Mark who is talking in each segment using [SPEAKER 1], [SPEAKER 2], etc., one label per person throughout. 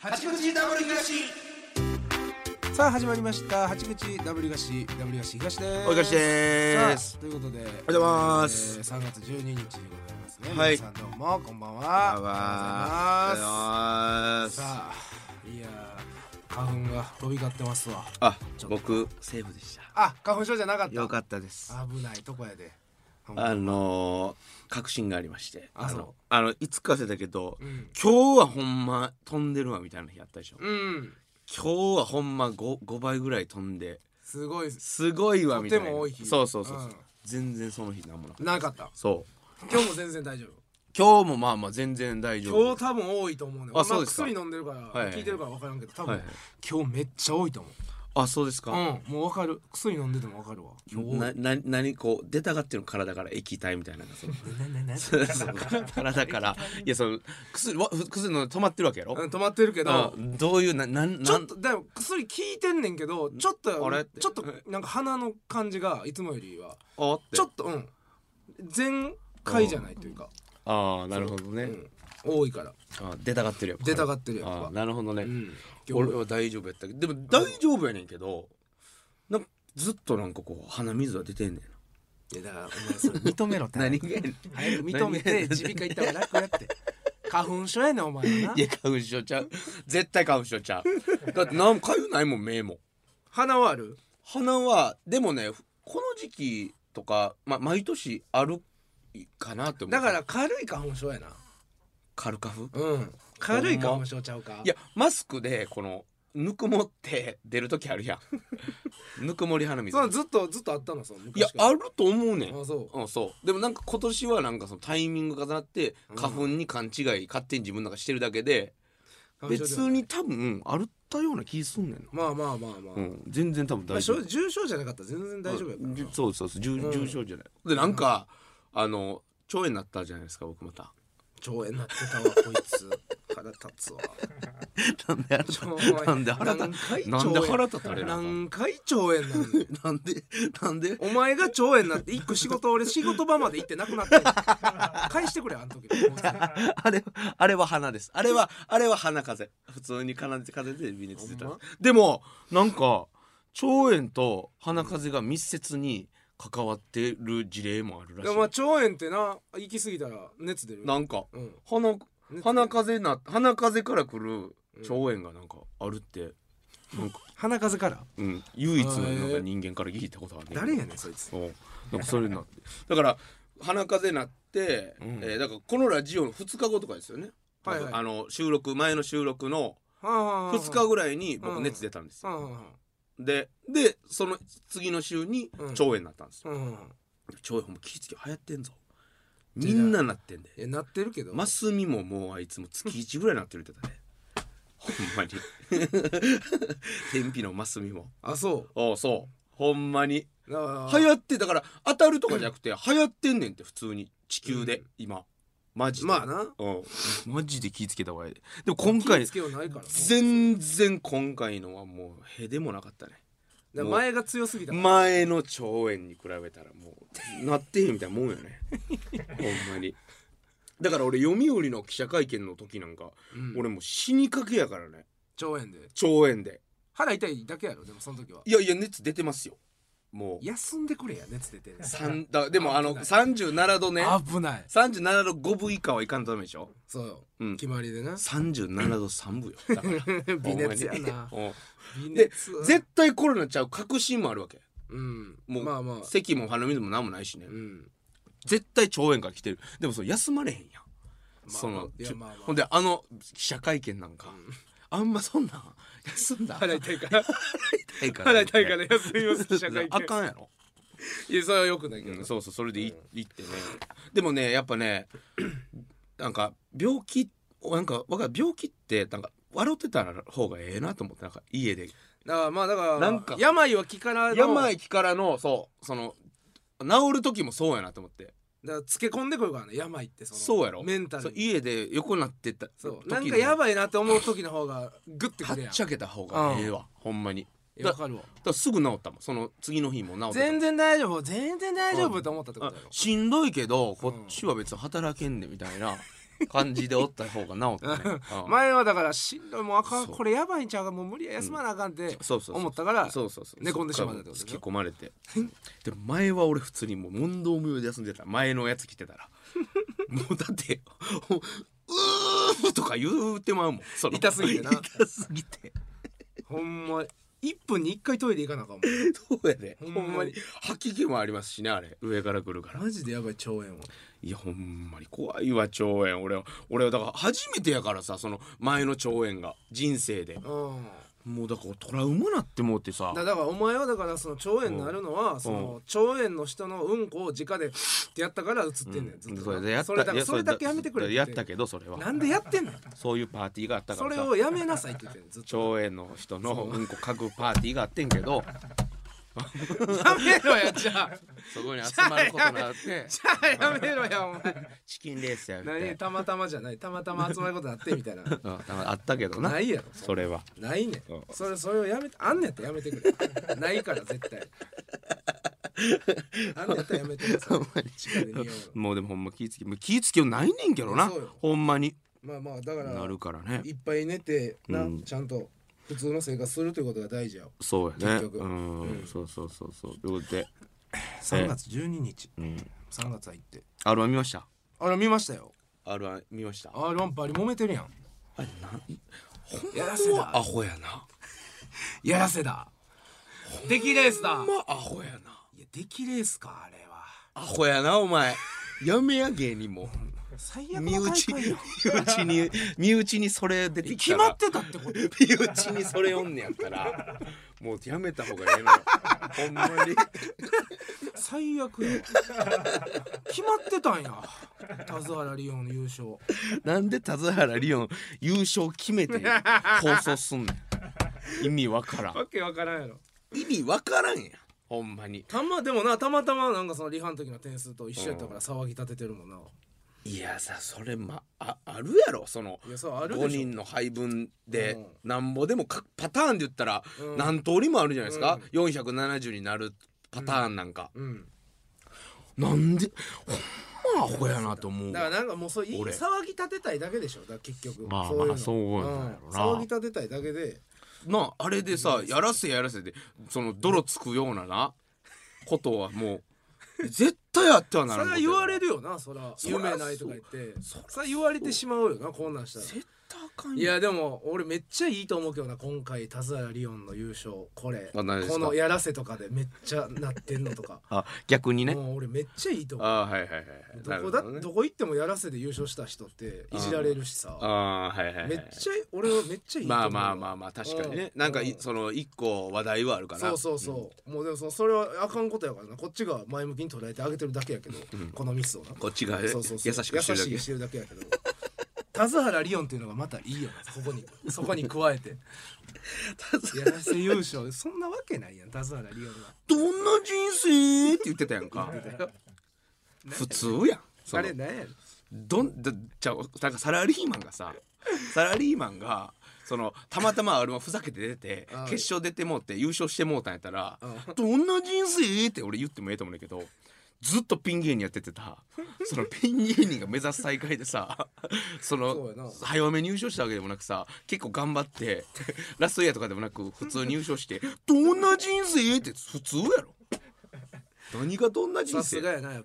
[SPEAKER 1] 八口ダブル東さあ始まりました八口ダブル東ダブル東東です
[SPEAKER 2] おいかしで
[SPEAKER 1] さ
[SPEAKER 2] す
[SPEAKER 1] あということでおはよ
[SPEAKER 2] うございます
[SPEAKER 1] えー、3月12日でございますね、
[SPEAKER 2] はい
[SPEAKER 1] 皆さんどうもこんばんは
[SPEAKER 2] こんばんは
[SPEAKER 1] おはようございます
[SPEAKER 2] おはようございます
[SPEAKER 1] さあいやー花粉が飛び交ってますわ
[SPEAKER 2] あ僕セーフでし
[SPEAKER 1] あ花粉症じゃなかった
[SPEAKER 2] たよかったです
[SPEAKER 1] 危ないとこやでほんま
[SPEAKER 2] あのー、確信がありまして
[SPEAKER 1] あそう
[SPEAKER 2] のあのいつかせだけど、
[SPEAKER 1] うん
[SPEAKER 2] 今日はほんま飛んでるわみたいな日あったでしょ、
[SPEAKER 1] うん
[SPEAKER 2] 今日はほんま 5, 5倍ぐらい飛んです
[SPEAKER 1] ごいです
[SPEAKER 2] すごいわみたいな
[SPEAKER 1] とても多い日
[SPEAKER 2] そうそうそう、
[SPEAKER 1] うん
[SPEAKER 2] 全然その日なんもなかった
[SPEAKER 1] なかった
[SPEAKER 2] そう
[SPEAKER 1] 今日も全然大丈夫
[SPEAKER 2] 今日もまあまあ全然大丈夫
[SPEAKER 1] 今日多分多いと思うね
[SPEAKER 2] あそうですか
[SPEAKER 1] 俺まあ薬飲んでるから、
[SPEAKER 2] いはい
[SPEAKER 1] 聞いてるから分からんけど多分、
[SPEAKER 2] はいはい
[SPEAKER 1] 今日めっちゃ多いと思う
[SPEAKER 2] あそうですか、
[SPEAKER 1] うんもう分かる薬飲んでても分かるわ今日多い
[SPEAKER 2] なな何こう出たがってるの体から液体みたいなのがそう
[SPEAKER 1] なななな
[SPEAKER 2] そうそう体からいやその薬わ薬の止まってるわけやろ、
[SPEAKER 1] うん止まってるけど
[SPEAKER 2] うんどういうななん
[SPEAKER 1] ち
[SPEAKER 2] な
[SPEAKER 1] ょっ
[SPEAKER 2] ん
[SPEAKER 1] とでも薬効いてんねんけどちょっと
[SPEAKER 2] あれって
[SPEAKER 1] ちょっとなんか鼻の感じがいつもよりは
[SPEAKER 2] あって
[SPEAKER 1] ちょっとうん全開じゃないというか、
[SPEAKER 2] ああなるほどね、
[SPEAKER 1] うん、多いから
[SPEAKER 2] あ出たがってるやっぱ
[SPEAKER 1] 出たがってるやっ
[SPEAKER 2] あ
[SPEAKER 1] ぱ
[SPEAKER 2] ーなるほどね、
[SPEAKER 1] うん今
[SPEAKER 2] 俺
[SPEAKER 1] 日
[SPEAKER 2] は大丈夫やったけどでも大丈夫やねんけどなんかずっとなんかこう鼻水は出てんねん
[SPEAKER 1] いやだからお前それ認めろって
[SPEAKER 2] な何がやねん
[SPEAKER 1] 早く認めて耳鼻科行った方が楽やって花粉症やねんお前はい
[SPEAKER 2] や花粉症ち ゃう絶対花粉症ちゃうだってなんかゆないもん目も
[SPEAKER 1] 鼻はある
[SPEAKER 2] 鼻はでもねこの時期とか、ま、毎年あるかなって思う
[SPEAKER 1] だから軽い花粉症やな
[SPEAKER 2] カルカフ
[SPEAKER 1] うん軽い花粉症ちゃうか
[SPEAKER 2] いやマスクでこのぬくもって出る時あるや んぬくもり鼻水
[SPEAKER 1] そのずっとずっとあったのその
[SPEAKER 2] いや
[SPEAKER 1] 昔から
[SPEAKER 2] あると思うねん
[SPEAKER 1] あそう
[SPEAKER 2] うん、そうでもなんか今年はなんかそのタイミングがなって花粉に勘違い勝手に自分なんかしてるだけで
[SPEAKER 1] 花粉症で
[SPEAKER 2] 別
[SPEAKER 1] はない
[SPEAKER 2] に多分あるったような気すんねんな、
[SPEAKER 1] まあまあまあまあ、
[SPEAKER 2] うん、全然多分
[SPEAKER 1] まあ、
[SPEAKER 2] 大丈夫
[SPEAKER 1] 症重症じゃなかったら全然大丈夫やからな、
[SPEAKER 2] うんそうそうそう重,、
[SPEAKER 1] うん
[SPEAKER 2] 重症じゃないでなんか、あの腸炎になったじゃないですか僕また
[SPEAKER 1] 腸炎なってたわこいつ腹立つわ
[SPEAKER 2] なんで なんで腹
[SPEAKER 1] 何
[SPEAKER 2] 立
[SPEAKER 1] 回腸
[SPEAKER 2] なん
[SPEAKER 1] 炎
[SPEAKER 2] で腹立たれなあかん
[SPEAKER 1] 何回腸炎なんねん
[SPEAKER 2] なんでなんで
[SPEAKER 1] お前が腸炎になって一個仕事俺仕事場まで行ってなくなってんの返してくれあの時の
[SPEAKER 2] あれあれは鼻ですあれはあれは鼻風邪普通に鼻で風邪で微熱出た、
[SPEAKER 1] ほんま
[SPEAKER 2] でもなんか腸炎と鼻風邪が密接に関わってる事例もあるらし
[SPEAKER 1] で
[SPEAKER 2] い、
[SPEAKER 1] もまあ腸炎ってな行き過ぎたら熱出るよ
[SPEAKER 2] なんか
[SPEAKER 1] うん
[SPEAKER 2] 鼻
[SPEAKER 1] 熱
[SPEAKER 2] 鼻風邪な鼻風邪から来る腸炎がなんかあるって、なんか
[SPEAKER 1] 鼻風から
[SPEAKER 2] うん、唯一のなん
[SPEAKER 1] へ
[SPEAKER 2] か
[SPEAKER 1] ー
[SPEAKER 2] 人間から聞いたことあるね
[SPEAKER 1] 誰やねんそいつ
[SPEAKER 2] そうなんかそういうのあってだから鼻風邪なって、
[SPEAKER 1] ん
[SPEAKER 2] えーだからこのラジオの2日後とかですよね、
[SPEAKER 1] はいはい
[SPEAKER 2] あの収録前の収録の2
[SPEAKER 1] 2
[SPEAKER 2] 日ぐらいに僕
[SPEAKER 1] うん
[SPEAKER 2] 熱出たんです
[SPEAKER 1] う
[SPEAKER 2] よ、
[SPEAKER 1] んうん
[SPEAKER 2] ででその次の週に
[SPEAKER 1] うん
[SPEAKER 2] 腸炎になったんですよ、
[SPEAKER 1] うんうん
[SPEAKER 2] 腸炎ほんま気付き流行ってんぞみんななってんで
[SPEAKER 1] えなってるけど
[SPEAKER 2] マスミももうあいつも月1ぐらいなってるって言ってたねほんまに天日のマスミも
[SPEAKER 1] あそ
[SPEAKER 2] おうそうほんまに
[SPEAKER 1] うだから
[SPEAKER 2] 流行ってだから当たるとかじゃなくて流行ってんねんって普通に地球で、
[SPEAKER 1] うん
[SPEAKER 2] 今マジで
[SPEAKER 1] まあな
[SPEAKER 2] うんマジで気ぃつけた方がいいでも今
[SPEAKER 1] 気
[SPEAKER 2] 回
[SPEAKER 1] ぃつけようないからな
[SPEAKER 2] 全然今回のはもうへでもなかったね
[SPEAKER 1] だから前が強すぎた
[SPEAKER 2] 前の腸炎に比べたらもうなってへんみたいなもんよねほんまにだから俺読売の記者会見の時なんか、
[SPEAKER 1] うん
[SPEAKER 2] 俺もう死にかけやからね
[SPEAKER 1] 腸炎で
[SPEAKER 2] 腸炎で
[SPEAKER 1] 腹痛いだけやろでもその時はい
[SPEAKER 2] やいや熱出てますよもう
[SPEAKER 1] 休んでくれや熱出てる
[SPEAKER 2] 三だでもあの
[SPEAKER 1] 危ない
[SPEAKER 2] 37度ね
[SPEAKER 1] 危ない
[SPEAKER 2] 37度5分以下はいかんとダメでしょ
[SPEAKER 1] そうよ
[SPEAKER 2] うん
[SPEAKER 1] 決まりでな
[SPEAKER 2] 37度3分よだから
[SPEAKER 1] 微熱やな
[SPEAKER 2] ほんまに
[SPEAKER 1] 微
[SPEAKER 2] んで
[SPEAKER 1] 熱
[SPEAKER 2] うん絶対コロナちゃう確信もあるわけ
[SPEAKER 1] うん
[SPEAKER 2] もう
[SPEAKER 1] まあまあ
[SPEAKER 2] 咳も鼻水も何もないしね
[SPEAKER 1] うん
[SPEAKER 2] 絶対腸炎から来てるでもそれ休まれへんやん
[SPEAKER 1] まあ
[SPEAKER 2] その
[SPEAKER 1] いや
[SPEAKER 2] ちょ
[SPEAKER 1] まあまあ
[SPEAKER 2] ほんであの記者会見なんかあんまそんなん 休んだ
[SPEAKER 1] 腹痛い から
[SPEAKER 2] 痛いか
[SPEAKER 1] 腹痛いから休みます記者会見
[SPEAKER 2] あかんやろ
[SPEAKER 1] いやそれはよくないけど
[SPEAKER 2] そうそうそれでいいいいってねでもねやっぱね なんか病気なんかわかる病気ってなんか笑ってた方がええなと思ってなんか家で
[SPEAKER 1] だからまあだから
[SPEAKER 2] なんか
[SPEAKER 1] 病は気からの
[SPEAKER 2] 病気からのそうその治る時もそうやなと思って
[SPEAKER 1] だからつけ込んでくるからね病ってその
[SPEAKER 2] そうやろ
[SPEAKER 1] メンタ
[SPEAKER 2] そう
[SPEAKER 1] ルに
[SPEAKER 2] 家で横になってた
[SPEAKER 1] そう
[SPEAKER 2] 時
[SPEAKER 1] なん
[SPEAKER 2] に
[SPEAKER 1] かやばいなって思う時の方がグッて
[SPEAKER 2] は
[SPEAKER 1] く
[SPEAKER 2] っ
[SPEAKER 1] るやん
[SPEAKER 2] ちゃけた方がええわほんまに
[SPEAKER 1] いやわかるわ
[SPEAKER 2] だからすぐ治ったもんその次の日も治った
[SPEAKER 1] 全然大丈夫全然大丈夫と思ったってこ
[SPEAKER 2] あ
[SPEAKER 1] とやろ
[SPEAKER 2] しんどいけどこっちは別に働けんでみたいな、感じでおった方が治ったねうん
[SPEAKER 1] 前はだからしんどいもうあかん
[SPEAKER 2] そう
[SPEAKER 1] これやばいんちゃうかもう無理や休まなあかんって
[SPEAKER 2] そうそうそう
[SPEAKER 1] 思ったから
[SPEAKER 2] そうそうそう
[SPEAKER 1] 寝込んでしまったってことで
[SPEAKER 2] 突
[SPEAKER 1] しょ
[SPEAKER 2] き込まれてでも前は俺普通にもう問答無用で休んでた前のやつ来てた らもうだって「うー」とか言うてまうもんその
[SPEAKER 1] 痛すぎてな
[SPEAKER 2] 痛すぎて
[SPEAKER 1] ほんま1分に1回トイレ行かなあかんもん
[SPEAKER 2] そうやで
[SPEAKER 1] ほ
[SPEAKER 2] ほ
[SPEAKER 1] んまに
[SPEAKER 2] んまに吐き気もありますしねあれ上から来るから
[SPEAKER 1] マジでやばい腸炎はい
[SPEAKER 2] やほんまに怖いわ腸炎俺は俺はだから初めてやからさその前の腸炎が人生で
[SPEAKER 1] うん
[SPEAKER 2] もうだからトラウマなってもうてさ
[SPEAKER 1] だだからお前はだからその腸炎になるのはその腸炎の人のうんこを直でってやったから映ってんねん、ずっとな
[SPEAKER 2] それでやった
[SPEAKER 1] それだ
[SPEAKER 2] いや
[SPEAKER 1] それだけやめてくれって
[SPEAKER 2] やったけどそれは
[SPEAKER 1] なんでやってんの
[SPEAKER 2] そういうパーティーがあったか
[SPEAKER 1] それ
[SPEAKER 2] らさ
[SPEAKER 1] をやめなさいって言ってんねんずっと
[SPEAKER 2] 長園の人のうんこ書くパーティーがあってんけ ど
[SPEAKER 1] やめろやじゃあ
[SPEAKER 2] そこに集まることになって
[SPEAKER 1] じゃあやめろ やお前
[SPEAKER 2] チキンレースやみたい
[SPEAKER 1] 何たまたまじゃないたまたま集まることになってみ たいな
[SPEAKER 2] なうんあったけどな
[SPEAKER 1] ないやろ
[SPEAKER 2] それは
[SPEAKER 1] ないねん
[SPEAKER 2] うん
[SPEAKER 1] それそれをやめてあんねやったらやめてくれ ないから絶対 あんねやったらやめてくれそれ近くで見ようよ
[SPEAKER 2] もうでもほんま気ぃつきもう気ぃつきようないねんけどな
[SPEAKER 1] そうよ
[SPEAKER 2] ほんまに
[SPEAKER 1] まあまあだから
[SPEAKER 2] なるからね
[SPEAKER 1] いっぱい寝てな、
[SPEAKER 2] うん
[SPEAKER 1] ちゃんと普通の生活するということが大事や
[SPEAKER 2] そうや
[SPEAKER 1] 結
[SPEAKER 2] ね
[SPEAKER 1] 局
[SPEAKER 2] うん、
[SPEAKER 1] うん
[SPEAKER 2] そうそうそうそうということで、
[SPEAKER 1] 3月12日
[SPEAKER 2] うん、
[SPEAKER 1] 3月入って
[SPEAKER 2] R1 見ました
[SPEAKER 1] あれ見ましたよ
[SPEAKER 2] R1 見ました
[SPEAKER 1] あれワンパリ揉めてるやん
[SPEAKER 2] あれなん
[SPEAKER 1] やらせ
[SPEAKER 2] ほんま
[SPEAKER 1] だ
[SPEAKER 2] アホやな
[SPEAKER 1] やらせだ出来レースだ
[SPEAKER 2] ほんまアホやない
[SPEAKER 1] や出来レースかあれは
[SPEAKER 2] アホやなお 前やめや芸人も
[SPEAKER 1] 最悪
[SPEAKER 2] 身
[SPEAKER 1] の大
[SPEAKER 2] 内
[SPEAKER 1] 会
[SPEAKER 2] 身
[SPEAKER 1] やん
[SPEAKER 2] 内に身内にそれ出てき
[SPEAKER 1] 決
[SPEAKER 2] た
[SPEAKER 1] ま
[SPEAKER 2] ら
[SPEAKER 1] ってたってこと
[SPEAKER 2] 身内にそれおんねやったらもうやめた方がええのよほんまに
[SPEAKER 1] 最悪やわ決まってたんや田津原リオンの優勝
[SPEAKER 2] なんで田津原リオン優勝決めて放送すんねん意味わからん
[SPEAKER 1] けわからんやろ
[SPEAKER 2] 意味わからんやんほんまに
[SPEAKER 1] たまでもなたまたまなんかそのリハの時の点数と一緒やったから騒ぎ立ててるもんない
[SPEAKER 2] やさそれまああるやろその
[SPEAKER 1] いやそうあるでしょ
[SPEAKER 2] 5人の配分で
[SPEAKER 1] う
[SPEAKER 2] なんぼでもかパターンで言ったら
[SPEAKER 1] うん
[SPEAKER 2] 何通りもあるじゃないですか、
[SPEAKER 1] う
[SPEAKER 2] 470になるパターンなんか、
[SPEAKER 1] うん
[SPEAKER 2] なんでほんまアホやなと思う
[SPEAKER 1] だからなんかもうそういい
[SPEAKER 2] 俺
[SPEAKER 1] 騒ぎ立てたいだけでしょだから結局
[SPEAKER 2] まあ
[SPEAKER 1] そういうの
[SPEAKER 2] まあそうなんやろな
[SPEAKER 1] うん騒ぎ立てたいだけで
[SPEAKER 2] なああれでさやらせやらせでその泥つくようななことはもう絶対あってはな
[SPEAKER 1] そ
[SPEAKER 2] ら
[SPEAKER 1] れ
[SPEAKER 2] ん
[SPEAKER 1] は
[SPEAKER 2] こと
[SPEAKER 1] 言
[SPEAKER 2] や
[SPEAKER 1] われるよなそら
[SPEAKER 2] そら
[SPEAKER 1] 夢ないとか言って
[SPEAKER 2] そう
[SPEAKER 1] それは言われてしまうよなこんなんしたら
[SPEAKER 2] 絶対あかんよ
[SPEAKER 1] いやでも俺めっちゃいいと思うけどな今回田津原リオンの優勝これ
[SPEAKER 2] あ何です
[SPEAKER 1] こ
[SPEAKER 2] か
[SPEAKER 1] のやらせとかでめっちゃなってんのとか
[SPEAKER 2] あ逆にね
[SPEAKER 1] もう俺めっちゃいいと思う
[SPEAKER 2] あはいはいはい
[SPEAKER 1] ど
[SPEAKER 2] なる
[SPEAKER 1] こ
[SPEAKER 2] ほ
[SPEAKER 1] だ
[SPEAKER 2] どね
[SPEAKER 1] どこ行ってもやらせで優勝した人っていじられるしさ
[SPEAKER 2] あはいはいはい
[SPEAKER 1] めっちゃい俺はめっちゃいいと思
[SPEAKER 2] まあ
[SPEAKER 1] う
[SPEAKER 2] まあまあまあ確かにねなんかいその一個話題はあるから
[SPEAKER 1] そうそうそう、もうでもそのそれはあかんことやからなこっちが前向きに捉えてあげてるだけやけど、このミスをな
[SPEAKER 2] こっちが優
[SPEAKER 1] そうそうそう
[SPEAKER 2] しくしてるだけ
[SPEAKER 1] 優しいしてるだけやけど 田津原リオンっていうのがまたいいよなここにそこに加えてやらせ優勝そんなわけないやん田津原リオンが
[SPEAKER 2] どんな人生って言ってたやんか普通やんそ
[SPEAKER 1] あ
[SPEAKER 2] の
[SPEAKER 1] れなんやねん
[SPEAKER 2] どんだじゃあなんかサラリーマンがさサラリーマンがそのたまたまあれもふざけて出て
[SPEAKER 1] ああ
[SPEAKER 2] 決勝出てもうて優勝してもうたんやったら
[SPEAKER 1] あ
[SPEAKER 2] 「どんな人生?」って俺言ってもええと思うねんだけどずっとピン芸人やっててたそのピン芸人が目指す大会でさ
[SPEAKER 1] そ
[SPEAKER 2] そ
[SPEAKER 1] う
[SPEAKER 2] の
[SPEAKER 1] やな
[SPEAKER 2] 早めに優勝したわけでもなくさ結構頑張ってラストイヤーとかでもなく普通に優勝して「どんな人生?」って普通やろ。何がどんな人
[SPEAKER 1] さすが
[SPEAKER 2] 生
[SPEAKER 1] やなやっ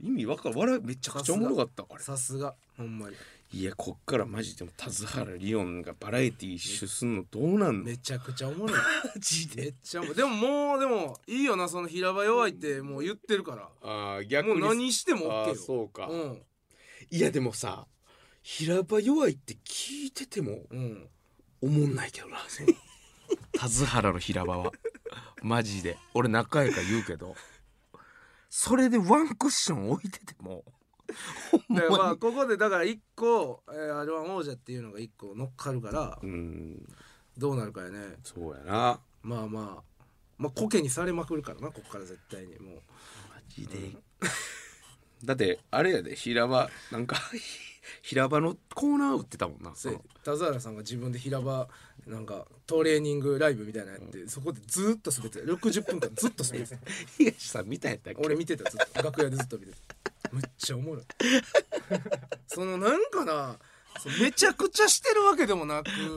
[SPEAKER 2] 意味わからん笑いめちゃくちゃおもろかったあれ
[SPEAKER 1] ぱさすがほんまに
[SPEAKER 2] いやこっからマジでも田津原リオンがバラエティー一周すんのどうなんの
[SPEAKER 1] めちゃくちゃおもろい
[SPEAKER 2] ジ
[SPEAKER 1] めっちゃおもろいでももうでもいいよなその平場弱いってもう言ってるから
[SPEAKER 2] ああ逆
[SPEAKER 1] もう
[SPEAKER 2] に
[SPEAKER 1] 何しても OK よ
[SPEAKER 2] あーそうか、
[SPEAKER 1] うん
[SPEAKER 2] いやでもさ平場弱いって聞いてても
[SPEAKER 1] うん
[SPEAKER 2] おもんないけどなその 田津原の平場はマジで俺仲やから言うけどそれでワンクッション置いててもほん
[SPEAKER 1] だからま
[SPEAKER 2] ま
[SPEAKER 1] あ
[SPEAKER 2] に
[SPEAKER 1] ここでだから一個、えー、R1 王者っていうのが一個乗っかるから
[SPEAKER 2] うん
[SPEAKER 1] どうなるかやね
[SPEAKER 2] そうやな
[SPEAKER 1] まあまあまあコケにされまくるからなここから絶対にもう
[SPEAKER 2] マジで、 だってあれやで平場なんか 平場のコーナー売ってたもんな
[SPEAKER 1] せ田沢さんが自分で平場なんかトレーニングライブみたいなのやって、そこでずっと滑ってた60分間ずっと滑 ってた
[SPEAKER 2] 東さん見たんやったっけ
[SPEAKER 1] 俺見てたずっと楽屋でずっと見てたむっちゃおもろいそのなんかなそうめちゃくちゃしてるわけでもなく
[SPEAKER 2] うん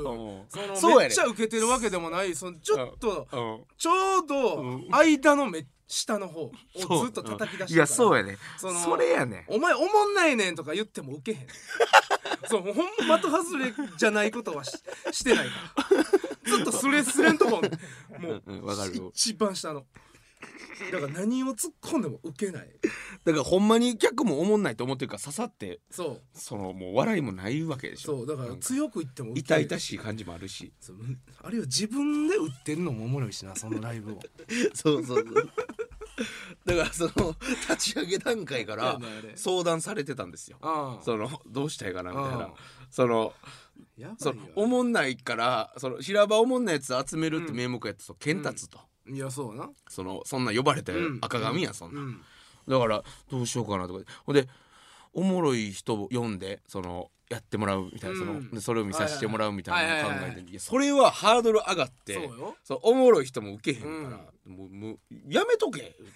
[SPEAKER 1] その
[SPEAKER 2] そう
[SPEAKER 1] め
[SPEAKER 2] や
[SPEAKER 1] っ
[SPEAKER 2] ね
[SPEAKER 1] ちゃ受けてるわけでもないそのちょっと
[SPEAKER 2] うん
[SPEAKER 1] ちょうど
[SPEAKER 2] うん
[SPEAKER 1] 間のめ下の方
[SPEAKER 2] そう
[SPEAKER 1] をずっと叩き出して
[SPEAKER 2] いやそう
[SPEAKER 1] や
[SPEAKER 2] やね
[SPEAKER 1] その
[SPEAKER 2] それやね
[SPEAKER 1] お前おもんないねんとか言っても受 けへんそうほんま的外れじゃないことはししてないからずっとスレスレんとこもう、
[SPEAKER 2] うんうんわかるよ
[SPEAKER 1] 一番下のだから何を突っ込んでも受けない
[SPEAKER 2] だからほんまに客も思んないと思ってるから刺さって
[SPEAKER 1] そう
[SPEAKER 2] そのもう笑いもないわけでしょ
[SPEAKER 1] そうだから
[SPEAKER 2] なんか
[SPEAKER 1] 強く言っても受け
[SPEAKER 2] 痛
[SPEAKER 1] ない
[SPEAKER 2] 々しい感じもあるし
[SPEAKER 1] そううんあるいは自分で売ってるのもおもろいしなそのライブを
[SPEAKER 2] そう そうそうだからその立ち上げ段階か
[SPEAKER 1] や
[SPEAKER 2] ら
[SPEAKER 1] ばいあれ
[SPEAKER 2] 相談されてたんですよ
[SPEAKER 1] ああ
[SPEAKER 2] そのどうしたらいいかなみたい
[SPEAKER 1] うん
[SPEAKER 2] なその
[SPEAKER 1] やば
[SPEAKER 2] そ
[SPEAKER 1] い
[SPEAKER 2] の
[SPEAKER 1] よ
[SPEAKER 2] おもんないからその平場おもんないやつ集めるって名目やったとケンタツと、
[SPEAKER 1] いやそうやな
[SPEAKER 2] そのそんな呼ばれて
[SPEAKER 1] うん
[SPEAKER 2] 赤髪やんそんな、
[SPEAKER 1] うん
[SPEAKER 2] だからどうしようかなとかほんでおもろい人を読んでそのやってもらうみたいな、そ
[SPEAKER 1] うん
[SPEAKER 2] のでそれを見させてもらうみたいなのを考
[SPEAKER 1] はいはいはい
[SPEAKER 2] え
[SPEAKER 1] はいはい
[SPEAKER 2] てるいやそれはハードル上がって
[SPEAKER 1] そうよ
[SPEAKER 2] そうおもろい人も受けへんから、もうもうやめとけ言う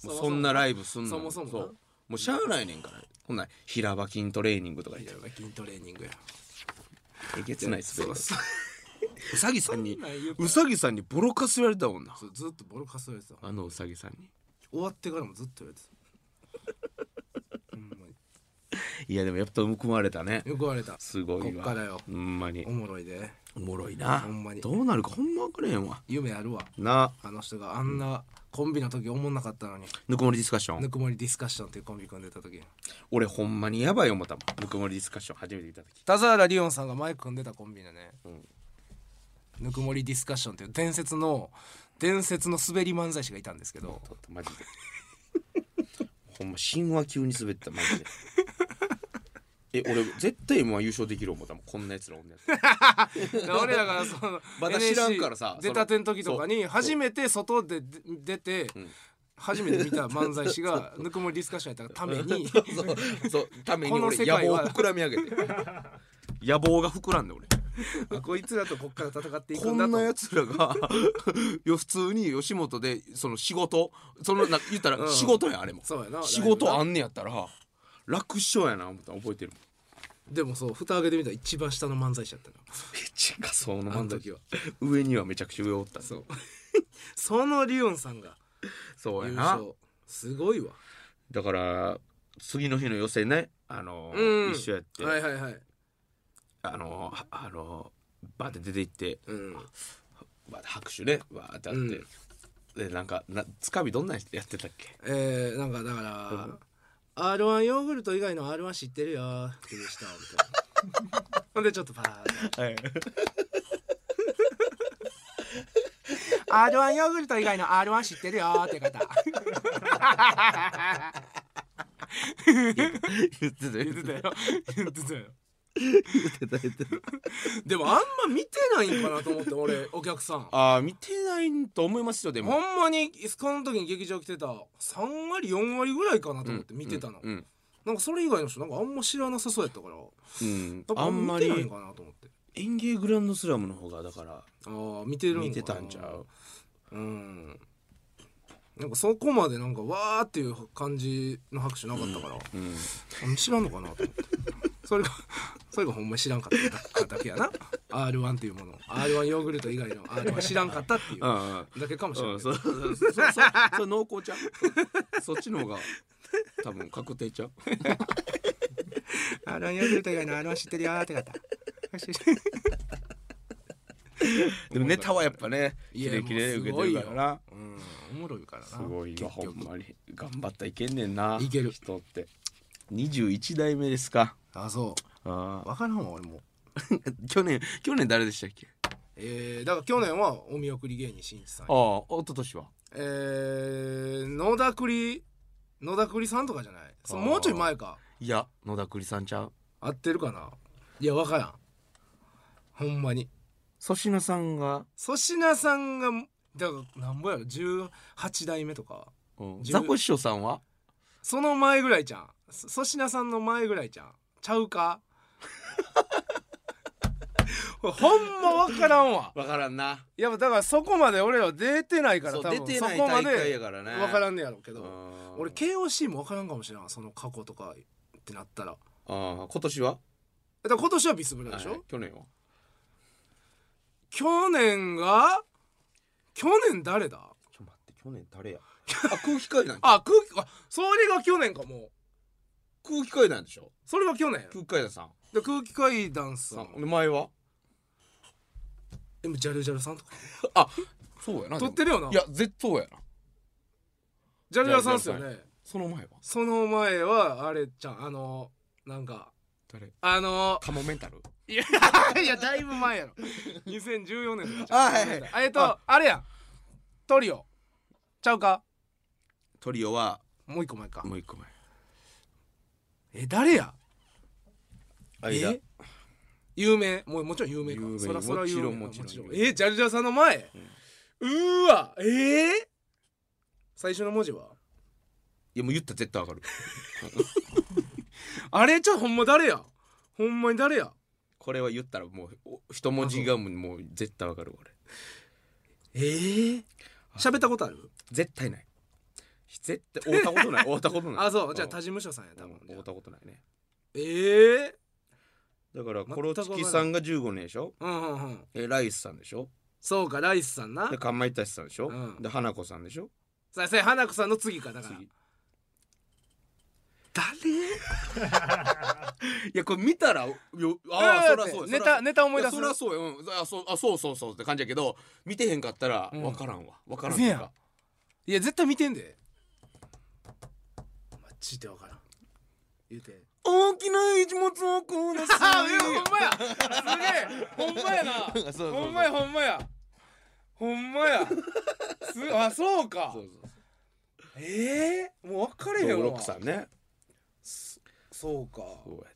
[SPEAKER 2] てもうそんなライブすんの
[SPEAKER 1] そもそもな
[SPEAKER 2] うもうしゃあないねんからほんなら平場筋トレーニングとか言って
[SPEAKER 1] やばい筋トレーニングや
[SPEAKER 2] えげつないすべ
[SPEAKER 1] そうそう
[SPEAKER 2] うさぎさん
[SPEAKER 1] そ
[SPEAKER 2] に
[SPEAKER 1] んなん言うから
[SPEAKER 2] うさぎさんにボロカス言われたもんな
[SPEAKER 1] そうずっとボロカス言われてた
[SPEAKER 2] あのうさぎさんに
[SPEAKER 1] 終わってからもずっと言われてた ほんまに
[SPEAKER 2] いやでもやっぱ報われたね
[SPEAKER 1] よく言われた
[SPEAKER 2] すごいわ
[SPEAKER 1] こっからよ
[SPEAKER 2] ほんまに
[SPEAKER 1] おもろいで
[SPEAKER 2] おもろいな
[SPEAKER 1] ほんまに
[SPEAKER 2] どうなるかほんま分からへんわ
[SPEAKER 1] 夢あるわ
[SPEAKER 2] な
[SPEAKER 1] あの人があんなコンビの時おもんなかったのに
[SPEAKER 2] ぬくもりディスカッション
[SPEAKER 1] ぬくもりディスカッションっていうコンビ組んでた時
[SPEAKER 2] 俺ほんまにやばい思ったもんぬくもりディスカッション初めて見た時
[SPEAKER 1] 田沢リオンさんが前組んでたコンビのね
[SPEAKER 2] ん
[SPEAKER 1] ぬくもりディスカッションっていう伝説の伝説の滑り漫才師がいたんですけ ど
[SPEAKER 2] とマジでほんま神話級に滑ったマジでえ俺絶対 m 1優勝できる思ったもんこんなやつらおんねやつ
[SPEAKER 1] 俺らがその
[SPEAKER 2] まだ知らんからさ
[SPEAKER 1] NSC 出たての時とかに初めて外でで出て初めて見た漫才師 がぬくもりディスカッションやったために
[SPEAKER 2] そうそうために
[SPEAKER 1] この
[SPEAKER 2] 俺
[SPEAKER 1] 世
[SPEAKER 2] 野
[SPEAKER 1] 界
[SPEAKER 2] 望を
[SPEAKER 1] は
[SPEAKER 2] 膨らみ上げて野望が膨らんで俺
[SPEAKER 1] あ こいつらとこっから戦っていく
[SPEAKER 2] こ
[SPEAKER 1] んだ
[SPEAKER 2] ん
[SPEAKER 1] と
[SPEAKER 2] なやつらが いや普通に吉本でその仕事そのな言ったら仕事やんあれも、
[SPEAKER 1] そうやな
[SPEAKER 2] 仕事あんねやったら楽勝やな思ったの覚えてるもん
[SPEAKER 1] でもそう蓋開けてみたら一番下の漫才師だったの
[SPEAKER 2] めっちゃ仮想の
[SPEAKER 1] あの
[SPEAKER 2] 漫才
[SPEAKER 1] 時は
[SPEAKER 2] 上にはめちゃくちゃ上おったそう
[SPEAKER 1] そのリオンさんが
[SPEAKER 2] そうや
[SPEAKER 1] 優
[SPEAKER 2] な
[SPEAKER 1] 勝すごいわ
[SPEAKER 2] だから次の日の予選ねあの、
[SPEAKER 1] うん
[SPEAKER 2] 一緒やって、
[SPEAKER 1] はいはいはい
[SPEAKER 2] あのはあのバーって出て行って
[SPEAKER 1] うん
[SPEAKER 2] バーって拍手ねバーってあって、でなんかなつかみどんな人やってたっけ
[SPEAKER 1] えー、なんかだから「R‐1 ヨーグルト以外の R‐1 知ってるよ」っていう人みたい なほんでちょっとパーって
[SPEAKER 2] はい
[SPEAKER 1] 「R‐1 ヨーグルト以外の R‐1 知ってるよ」って方
[SPEAKER 2] 言ってた言ってた
[SPEAKER 1] よ言ってたよ
[SPEAKER 2] 言ってた言ってた
[SPEAKER 1] でもあんま見てないんかなと思って俺お客さん
[SPEAKER 2] ああ見てないと思いますよでも
[SPEAKER 1] ほんまにこの時に劇場来てた3割4割ぐらいかなと思って見てたの、
[SPEAKER 2] うん、
[SPEAKER 1] なんかそれ以外の人なんかあんま知らなさそうやったから
[SPEAKER 2] うん
[SPEAKER 1] 多分
[SPEAKER 2] あんまり
[SPEAKER 1] 見てないんかなと思って
[SPEAKER 2] 園芸グランドスラムの方がだから
[SPEAKER 1] ああ見てるんかな
[SPEAKER 2] 見てたんちゃう
[SPEAKER 1] うんなんかそこまでなんかわーっていう感じの拍手なかったから、
[SPEAKER 2] うん
[SPEAKER 1] あ知らんのかなと思ってそれがそれがほんまに知らんかっただけやな r 1っていうもの r 1ヨーグルト以外の r 1知らんかったっていう
[SPEAKER 2] あ
[SPEAKER 1] だけかもしれない、
[SPEAKER 2] あそうそうそうそうそう濃厚ちゃうそっちの方が多分確定ちゃう
[SPEAKER 1] r 1ヨーグルト以外の r 1知ってるよーって方
[SPEAKER 2] でもネタはやっぱね
[SPEAKER 1] い
[SPEAKER 2] キ
[SPEAKER 1] や
[SPEAKER 2] レキレで受けてるからな
[SPEAKER 1] うんおもろいからな
[SPEAKER 2] すごいわ
[SPEAKER 1] 結
[SPEAKER 2] ほん
[SPEAKER 1] 局
[SPEAKER 2] まに頑張ったらいけんねんない
[SPEAKER 1] ける
[SPEAKER 2] 人って21代目ですか
[SPEAKER 1] あそう
[SPEAKER 2] ああ
[SPEAKER 1] 分からんわ俺も
[SPEAKER 2] 去年去年誰でしたっけ
[SPEAKER 1] えー、だから去年はお見送り芸人しんいちさん
[SPEAKER 2] ああ一昨年は
[SPEAKER 1] えー、野田栗野田栗さんとかじゃないそ
[SPEAKER 2] あー
[SPEAKER 1] もうちょい前か
[SPEAKER 2] いや野田栗さんちゃう
[SPEAKER 1] 合ってるかないや分からんほんまに
[SPEAKER 2] 粗品さんが、
[SPEAKER 1] 粗品さんがだからなんぼやろ18代目とか
[SPEAKER 2] うん、
[SPEAKER 1] 自
[SPEAKER 2] ザ
[SPEAKER 1] 分
[SPEAKER 2] コシショウさんは
[SPEAKER 1] その前ぐらいじゃんそ粗品さんの前ぐらいじゃんちゃうか ほんま分からんわ
[SPEAKER 2] 分からんない
[SPEAKER 1] やだからそこまで俺ら出てないから
[SPEAKER 2] そ
[SPEAKER 1] 多
[SPEAKER 2] う
[SPEAKER 1] 分
[SPEAKER 2] 出て
[SPEAKER 1] そ
[SPEAKER 2] ない
[SPEAKER 1] こま
[SPEAKER 2] 大会
[SPEAKER 1] で
[SPEAKER 2] やからね
[SPEAKER 1] 分からんねやろうけ
[SPEAKER 2] う
[SPEAKER 1] ど
[SPEAKER 2] ん
[SPEAKER 1] 俺 KOC も分からんかもしれんその過去とかってなったら
[SPEAKER 2] ああ今年は
[SPEAKER 1] だから今年はビスブラでしょ、
[SPEAKER 2] はい去年は
[SPEAKER 1] 去年が去年誰だ
[SPEAKER 2] ちょ待って去年誰やあ空気階段
[SPEAKER 1] あ空気あそれが去年かもう
[SPEAKER 2] 空気階段でしょ
[SPEAKER 1] それが去年
[SPEAKER 2] 空気階段さん
[SPEAKER 1] で空気階段さ
[SPEAKER 2] さ
[SPEAKER 1] ん
[SPEAKER 2] ん前は
[SPEAKER 1] でもジャルジャルさんとか
[SPEAKER 2] あそうやな
[SPEAKER 1] 撮ってるよない
[SPEAKER 2] や絶対やな
[SPEAKER 1] ジャルジャルさんっすよね
[SPEAKER 2] その前は
[SPEAKER 1] その前はあれちゃんあのなんか
[SPEAKER 2] 誰
[SPEAKER 1] あの
[SPEAKER 2] カモメンタル
[SPEAKER 1] いや いやだいぶ前やろ2014年とかち
[SPEAKER 2] あはいはい
[SPEAKER 1] ゃうえっとあれやんトリオちゃうか
[SPEAKER 2] トリオは
[SPEAKER 1] もう一個前か
[SPEAKER 2] もう一個前
[SPEAKER 1] え誰や
[SPEAKER 2] 間
[SPEAKER 1] え有名もうもちろん有名か
[SPEAKER 2] 有名
[SPEAKER 1] そらそら有名
[SPEAKER 2] もちろんもちろん
[SPEAKER 1] えジャルジャルさんの前、うーわえー、最初の文字はい
[SPEAKER 2] やもう言ったら絶対わかる
[SPEAKER 1] あれちょほんま誰やほんまに誰や
[SPEAKER 2] これは言ったらもうお一文字がもうもう絶対わかる俺
[SPEAKER 1] えー、喋ったことある
[SPEAKER 2] 絶対ない絶対会ったことない会ったことな い
[SPEAKER 1] あそうじゃあ他
[SPEAKER 2] ん
[SPEAKER 1] 事務所さんや多
[SPEAKER 2] うん
[SPEAKER 1] 分じ
[SPEAKER 2] 会
[SPEAKER 1] ゃ
[SPEAKER 2] っ
[SPEAKER 1] あ
[SPEAKER 2] たことないね
[SPEAKER 1] えー、
[SPEAKER 2] だから
[SPEAKER 1] 全く
[SPEAKER 2] コロチキさんが15年でしょ
[SPEAKER 1] うんうんうん
[SPEAKER 2] えライスさんでしょ
[SPEAKER 1] そうかライスさんな
[SPEAKER 2] でかまいたちさんでしょ、
[SPEAKER 1] うん
[SPEAKER 2] で花子さんでしょ
[SPEAKER 1] させ花子さんの次かだから
[SPEAKER 2] 次
[SPEAKER 1] 誰
[SPEAKER 2] いやこれ見たらよ
[SPEAKER 1] あーだってネタネタ思い出す
[SPEAKER 2] やそらそうよ、うん、あそうあそうそうそうって感じやけど見てへんかったら
[SPEAKER 1] うん
[SPEAKER 2] 分からんわ分からん
[SPEAKER 1] せや
[SPEAKER 2] というか
[SPEAKER 1] いや絶対見てんでマジでわからん言うて
[SPEAKER 2] 大きな一物をくだ
[SPEAKER 1] あ
[SPEAKER 2] さ
[SPEAKER 1] ーほんまやすげえほんまやな
[SPEAKER 2] そうそうそう
[SPEAKER 1] ほんまやほんまやほんまやすあそうか
[SPEAKER 2] そうそうそ
[SPEAKER 1] ええもう分かれ
[SPEAKER 2] う
[SPEAKER 1] へんわ
[SPEAKER 2] ロックさんね
[SPEAKER 1] そうか
[SPEAKER 2] そうや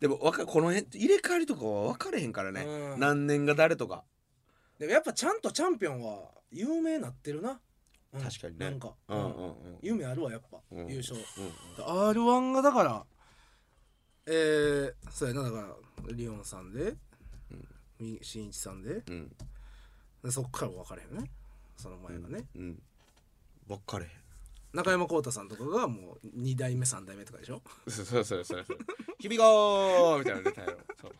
[SPEAKER 2] ででもわかこの辺入れ替わりとかは分かれへんからね、
[SPEAKER 1] うん
[SPEAKER 2] 何年が誰とか
[SPEAKER 1] でもやっぱちゃんとチャンピオンは有名なってるな、うん
[SPEAKER 2] 確かにね
[SPEAKER 1] なんか、
[SPEAKER 2] うんうんうん
[SPEAKER 1] 有名あるわやっぱ、
[SPEAKER 2] うん
[SPEAKER 1] 優勝
[SPEAKER 2] うんうん
[SPEAKER 1] r 1がだからえー、そうやなだからリオンさんで、みしんいちさんで
[SPEAKER 2] うん
[SPEAKER 1] でそっからも分かれへんねその前がね、
[SPEAKER 2] うん分かれへん
[SPEAKER 1] 中山浩太さんとかがもう2代目3代目とかでしょ
[SPEAKER 2] そうそうそうそうそう。 君がみたいなネタやろ。そう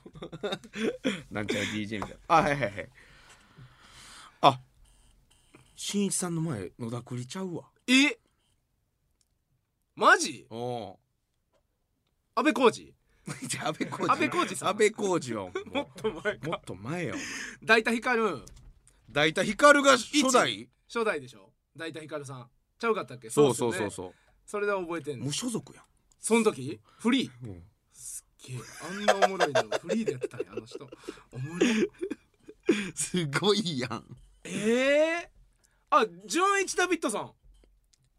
[SPEAKER 2] なんちゃら DJ みたいな。あはいはいはい。あ、しんいちさんの前野田くりちゃうわ。
[SPEAKER 1] えマジ
[SPEAKER 2] おお。
[SPEAKER 1] 安倍浩二
[SPEAKER 2] じゃあ安倍浩二。
[SPEAKER 1] 安倍浩二さん
[SPEAKER 2] 安倍浩二はも
[SPEAKER 1] もっと前
[SPEAKER 2] うもっと前よ。
[SPEAKER 1] 大田光
[SPEAKER 2] 大体光が初代。
[SPEAKER 1] 初代でしょ大田光さんちゃうかったっけ
[SPEAKER 2] そうそうそう
[SPEAKER 1] うっすよね
[SPEAKER 2] そ
[SPEAKER 1] それで覚えてん
[SPEAKER 2] う。
[SPEAKER 1] の
[SPEAKER 2] 無所属や
[SPEAKER 1] その時フリー
[SPEAKER 2] ん。うん。
[SPEAKER 1] すっげえあんなおもろいのフリーでやってたんやあの人おもろい
[SPEAKER 2] すごいやん。
[SPEAKER 1] ええあ純一ダビッドさん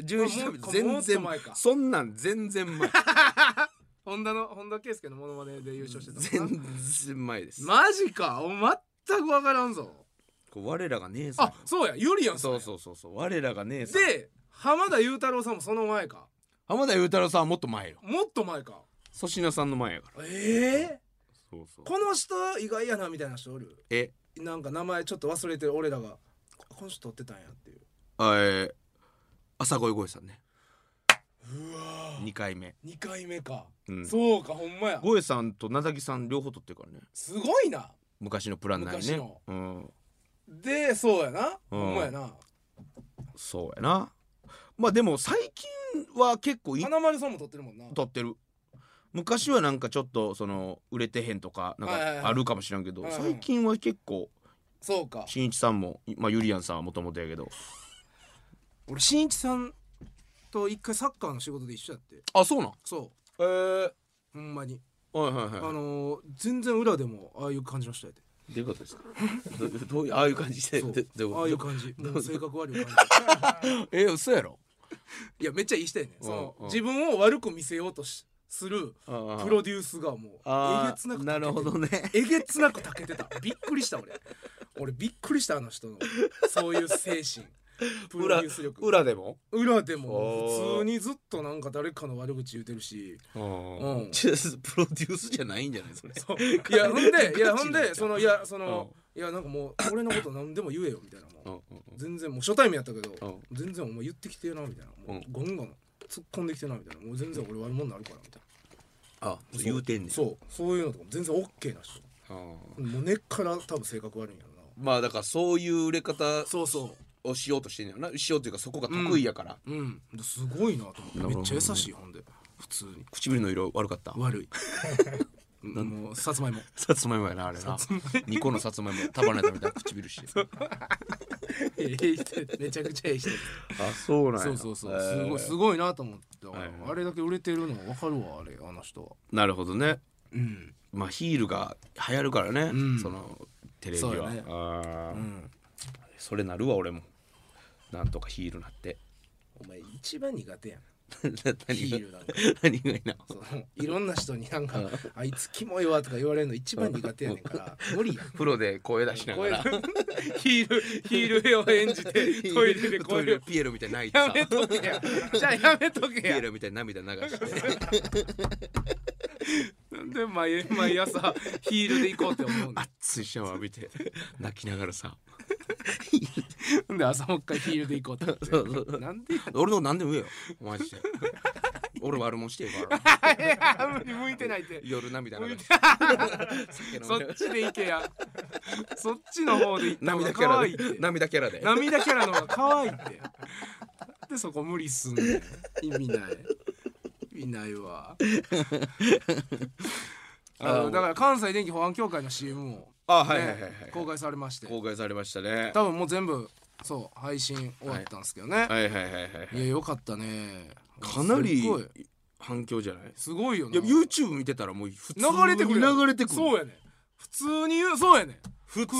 [SPEAKER 2] 純一
[SPEAKER 1] もうも
[SPEAKER 2] 全
[SPEAKER 1] っと
[SPEAKER 2] 然
[SPEAKER 1] 前か
[SPEAKER 2] そんなん全然前
[SPEAKER 1] 本田の本田圭佑のモノマネで優勝してたもんな
[SPEAKER 2] 全然前です。
[SPEAKER 1] マジかお全く分からんぞ
[SPEAKER 2] こう我らが姉さん
[SPEAKER 1] あ。そうやユリアンさん
[SPEAKER 2] そ
[SPEAKER 1] や
[SPEAKER 2] うそうそうそう我らが姉さん
[SPEAKER 1] で浜田雄太郎さんもその前か
[SPEAKER 2] 浜田雄太郎さんはもっと前よ
[SPEAKER 1] もっと前か
[SPEAKER 2] 粗品さんの前やから
[SPEAKER 1] ええ
[SPEAKER 2] そうそう
[SPEAKER 1] この人意外やなみたいな人おる
[SPEAKER 2] え
[SPEAKER 1] なんか名前ちょっと忘れてる俺らがここの人撮ってたんやっていう
[SPEAKER 2] あえー朝声声さんね
[SPEAKER 1] うわ
[SPEAKER 2] 2回目
[SPEAKER 1] 2回目か、
[SPEAKER 2] うん
[SPEAKER 1] そうかほんまや
[SPEAKER 2] 声さんと名崎さん両方取ってるからね
[SPEAKER 1] すごいな
[SPEAKER 2] 昔のプラン内
[SPEAKER 1] 昔
[SPEAKER 2] ね
[SPEAKER 1] の
[SPEAKER 2] うん
[SPEAKER 1] でそうやな、
[SPEAKER 2] うん
[SPEAKER 1] ほんまやな
[SPEAKER 2] そうやなまあでも最近は結構い
[SPEAKER 1] 花丸さんも撮ってるもんな
[SPEAKER 2] 取ってる昔はなんかちょっとその売れてへんとかなん
[SPEAKER 1] はいはいはい
[SPEAKER 2] かあるかもしらんけど
[SPEAKER 1] うんうん
[SPEAKER 2] 最近は結構
[SPEAKER 1] そうか
[SPEAKER 2] しんいちさんもまあゆりやんさんはもともとやけど
[SPEAKER 1] 俺しんいちさんと一回サッカーの仕事で一緒やって
[SPEAKER 2] あそうなん
[SPEAKER 1] そ
[SPEAKER 2] えー
[SPEAKER 1] うほんまに、
[SPEAKER 2] はいはいはい
[SPEAKER 1] あのー、全然裏でもああいう感じの人やで
[SPEAKER 2] どういうことですか どどういうああいう感じで
[SPEAKER 1] そう
[SPEAKER 2] でど
[SPEAKER 1] ああ
[SPEAKER 2] う
[SPEAKER 1] い
[SPEAKER 2] いううこと
[SPEAKER 1] 感じもう性格悪い感
[SPEAKER 2] え嘘やろ
[SPEAKER 1] じ いやめっちゃいい人やねその
[SPEAKER 2] うんうん
[SPEAKER 1] 自分を悪く見せようとしする
[SPEAKER 2] プロ
[SPEAKER 1] プロデュースがもうえげ
[SPEAKER 2] あ
[SPEAKER 1] つなく
[SPEAKER 2] ー
[SPEAKER 1] たけ
[SPEAKER 2] な
[SPEAKER 1] て
[SPEAKER 2] るほどね
[SPEAKER 1] えげつなくたけてたびっくりした俺俺びっくりしたあの人のそういう精神プロ
[SPEAKER 2] 裏
[SPEAKER 1] デュース力
[SPEAKER 2] 裏でも
[SPEAKER 1] 裏でも
[SPEAKER 2] おー
[SPEAKER 1] 普通にずっとなんか誰かの悪口言うてるしうん
[SPEAKER 2] ちょプロデュースじゃないんじゃないそれ
[SPEAKER 1] いやほん でいやほん
[SPEAKER 2] ガチになっちゃ
[SPEAKER 1] で
[SPEAKER 2] う
[SPEAKER 1] そのいやそのいやなんかもう俺のこと何でも言えよみたいな
[SPEAKER 2] う
[SPEAKER 1] も
[SPEAKER 2] ん
[SPEAKER 1] う
[SPEAKER 2] うんうん
[SPEAKER 1] 全然もう初対面やったけど
[SPEAKER 2] うん
[SPEAKER 1] 全然お前言ってきてえなみたいなもう
[SPEAKER 2] うん
[SPEAKER 1] ゴンゴン突っ込んできてなみたいなもう全然俺悪者になるからみたい
[SPEAKER 2] あ
[SPEAKER 1] そう
[SPEAKER 2] 言うてんねん
[SPEAKER 1] そうそういうのとかも全然オッケーな人
[SPEAKER 2] あー
[SPEAKER 1] もう根っから多分性格悪いんやろな
[SPEAKER 2] まあだからそういう売れ方
[SPEAKER 1] そうそ
[SPEAKER 2] をしようとしてんねやろなしようというかそこが得意やから、
[SPEAKER 1] ううんですごいなと思って
[SPEAKER 2] なるほどね
[SPEAKER 1] めっちゃ優しいほんで普通に
[SPEAKER 2] 唇の色悪かった
[SPEAKER 1] 悪 いもうさつまいも
[SPEAKER 2] さつまいもやなあれな2個のさつまいも束ねたみたいな唇して
[SPEAKER 1] ええ人めちゃくちゃええ人
[SPEAKER 2] あそうな
[SPEAKER 1] そうそうそう、
[SPEAKER 2] えー
[SPEAKER 1] すごいすごいなと思って、
[SPEAKER 2] はいはい
[SPEAKER 1] あれだけ売れてるの分かるわあれあの人は
[SPEAKER 2] なるほどね
[SPEAKER 1] うん
[SPEAKER 2] まあヒールが流行るからね、
[SPEAKER 1] うん
[SPEAKER 2] そのテレビは
[SPEAKER 1] そうやね
[SPEAKER 2] あー
[SPEAKER 1] うん
[SPEAKER 2] それなるわ俺もなんとかヒールなって
[SPEAKER 1] お前一番苦手やん
[SPEAKER 2] 何が
[SPEAKER 1] ヒールなんか
[SPEAKER 2] 何がいいな
[SPEAKER 1] そのいろんな人になんか「あいつキモいわ」とか言われるの一番苦手やねん から無理やん
[SPEAKER 2] プロで声出しながら
[SPEAKER 1] 声 ヒールヒールを演じてトイレで
[SPEAKER 2] ト
[SPEAKER 1] 声
[SPEAKER 2] イレ
[SPEAKER 1] を
[SPEAKER 2] ピエロみたいに泣いて
[SPEAKER 1] や
[SPEAKER 2] さ
[SPEAKER 1] めとけやじゃあやめとけ
[SPEAKER 2] ピエ
[SPEAKER 1] や
[SPEAKER 2] ロみたいに涙流して
[SPEAKER 1] なんで毎毎朝ヒールで行こうって思うの
[SPEAKER 2] 熱いシャワー浴びて泣きながらさ
[SPEAKER 1] なんで朝もう一回ヒールで行こうって
[SPEAKER 2] そうそう
[SPEAKER 1] なんでや
[SPEAKER 2] 俺の何でも言えよマジで俺悪者してるから
[SPEAKER 1] あんまり向いてないって
[SPEAKER 2] 夜涙流して酒飲みな
[SPEAKER 1] そ
[SPEAKER 2] がら
[SPEAKER 1] っちで行けや。そっちの方で行った方
[SPEAKER 2] 涙
[SPEAKER 1] が
[SPEAKER 2] キ
[SPEAKER 1] 可
[SPEAKER 2] ャラ
[SPEAKER 1] 愛いっ
[SPEAKER 2] で
[SPEAKER 1] て。
[SPEAKER 2] 涙キャラで
[SPEAKER 1] 涙キャラの方が可愛いって。でそこ無理すんねん。意味ない。意味ないわ。あのだから関西電気保安協会の CM も、ね
[SPEAKER 2] あはいはいはいはい
[SPEAKER 1] 公開されまして
[SPEAKER 2] 公開されましたね
[SPEAKER 1] 多分もう全部そう配信終わったんですけどね、
[SPEAKER 2] はいはいはいはい
[SPEAKER 1] い、
[SPEAKER 2] はい
[SPEAKER 1] やよかったね
[SPEAKER 2] かなり
[SPEAKER 1] すごい
[SPEAKER 2] 反響じゃない
[SPEAKER 1] すごいよ
[SPEAKER 2] い
[SPEAKER 1] な
[SPEAKER 2] や YouTube 見てたらもう普通に
[SPEAKER 1] 流れてくるやん
[SPEAKER 2] 流れてくる
[SPEAKER 1] そうやねん普通に言うそうやねん
[SPEAKER 2] 普通
[SPEAKER 1] 空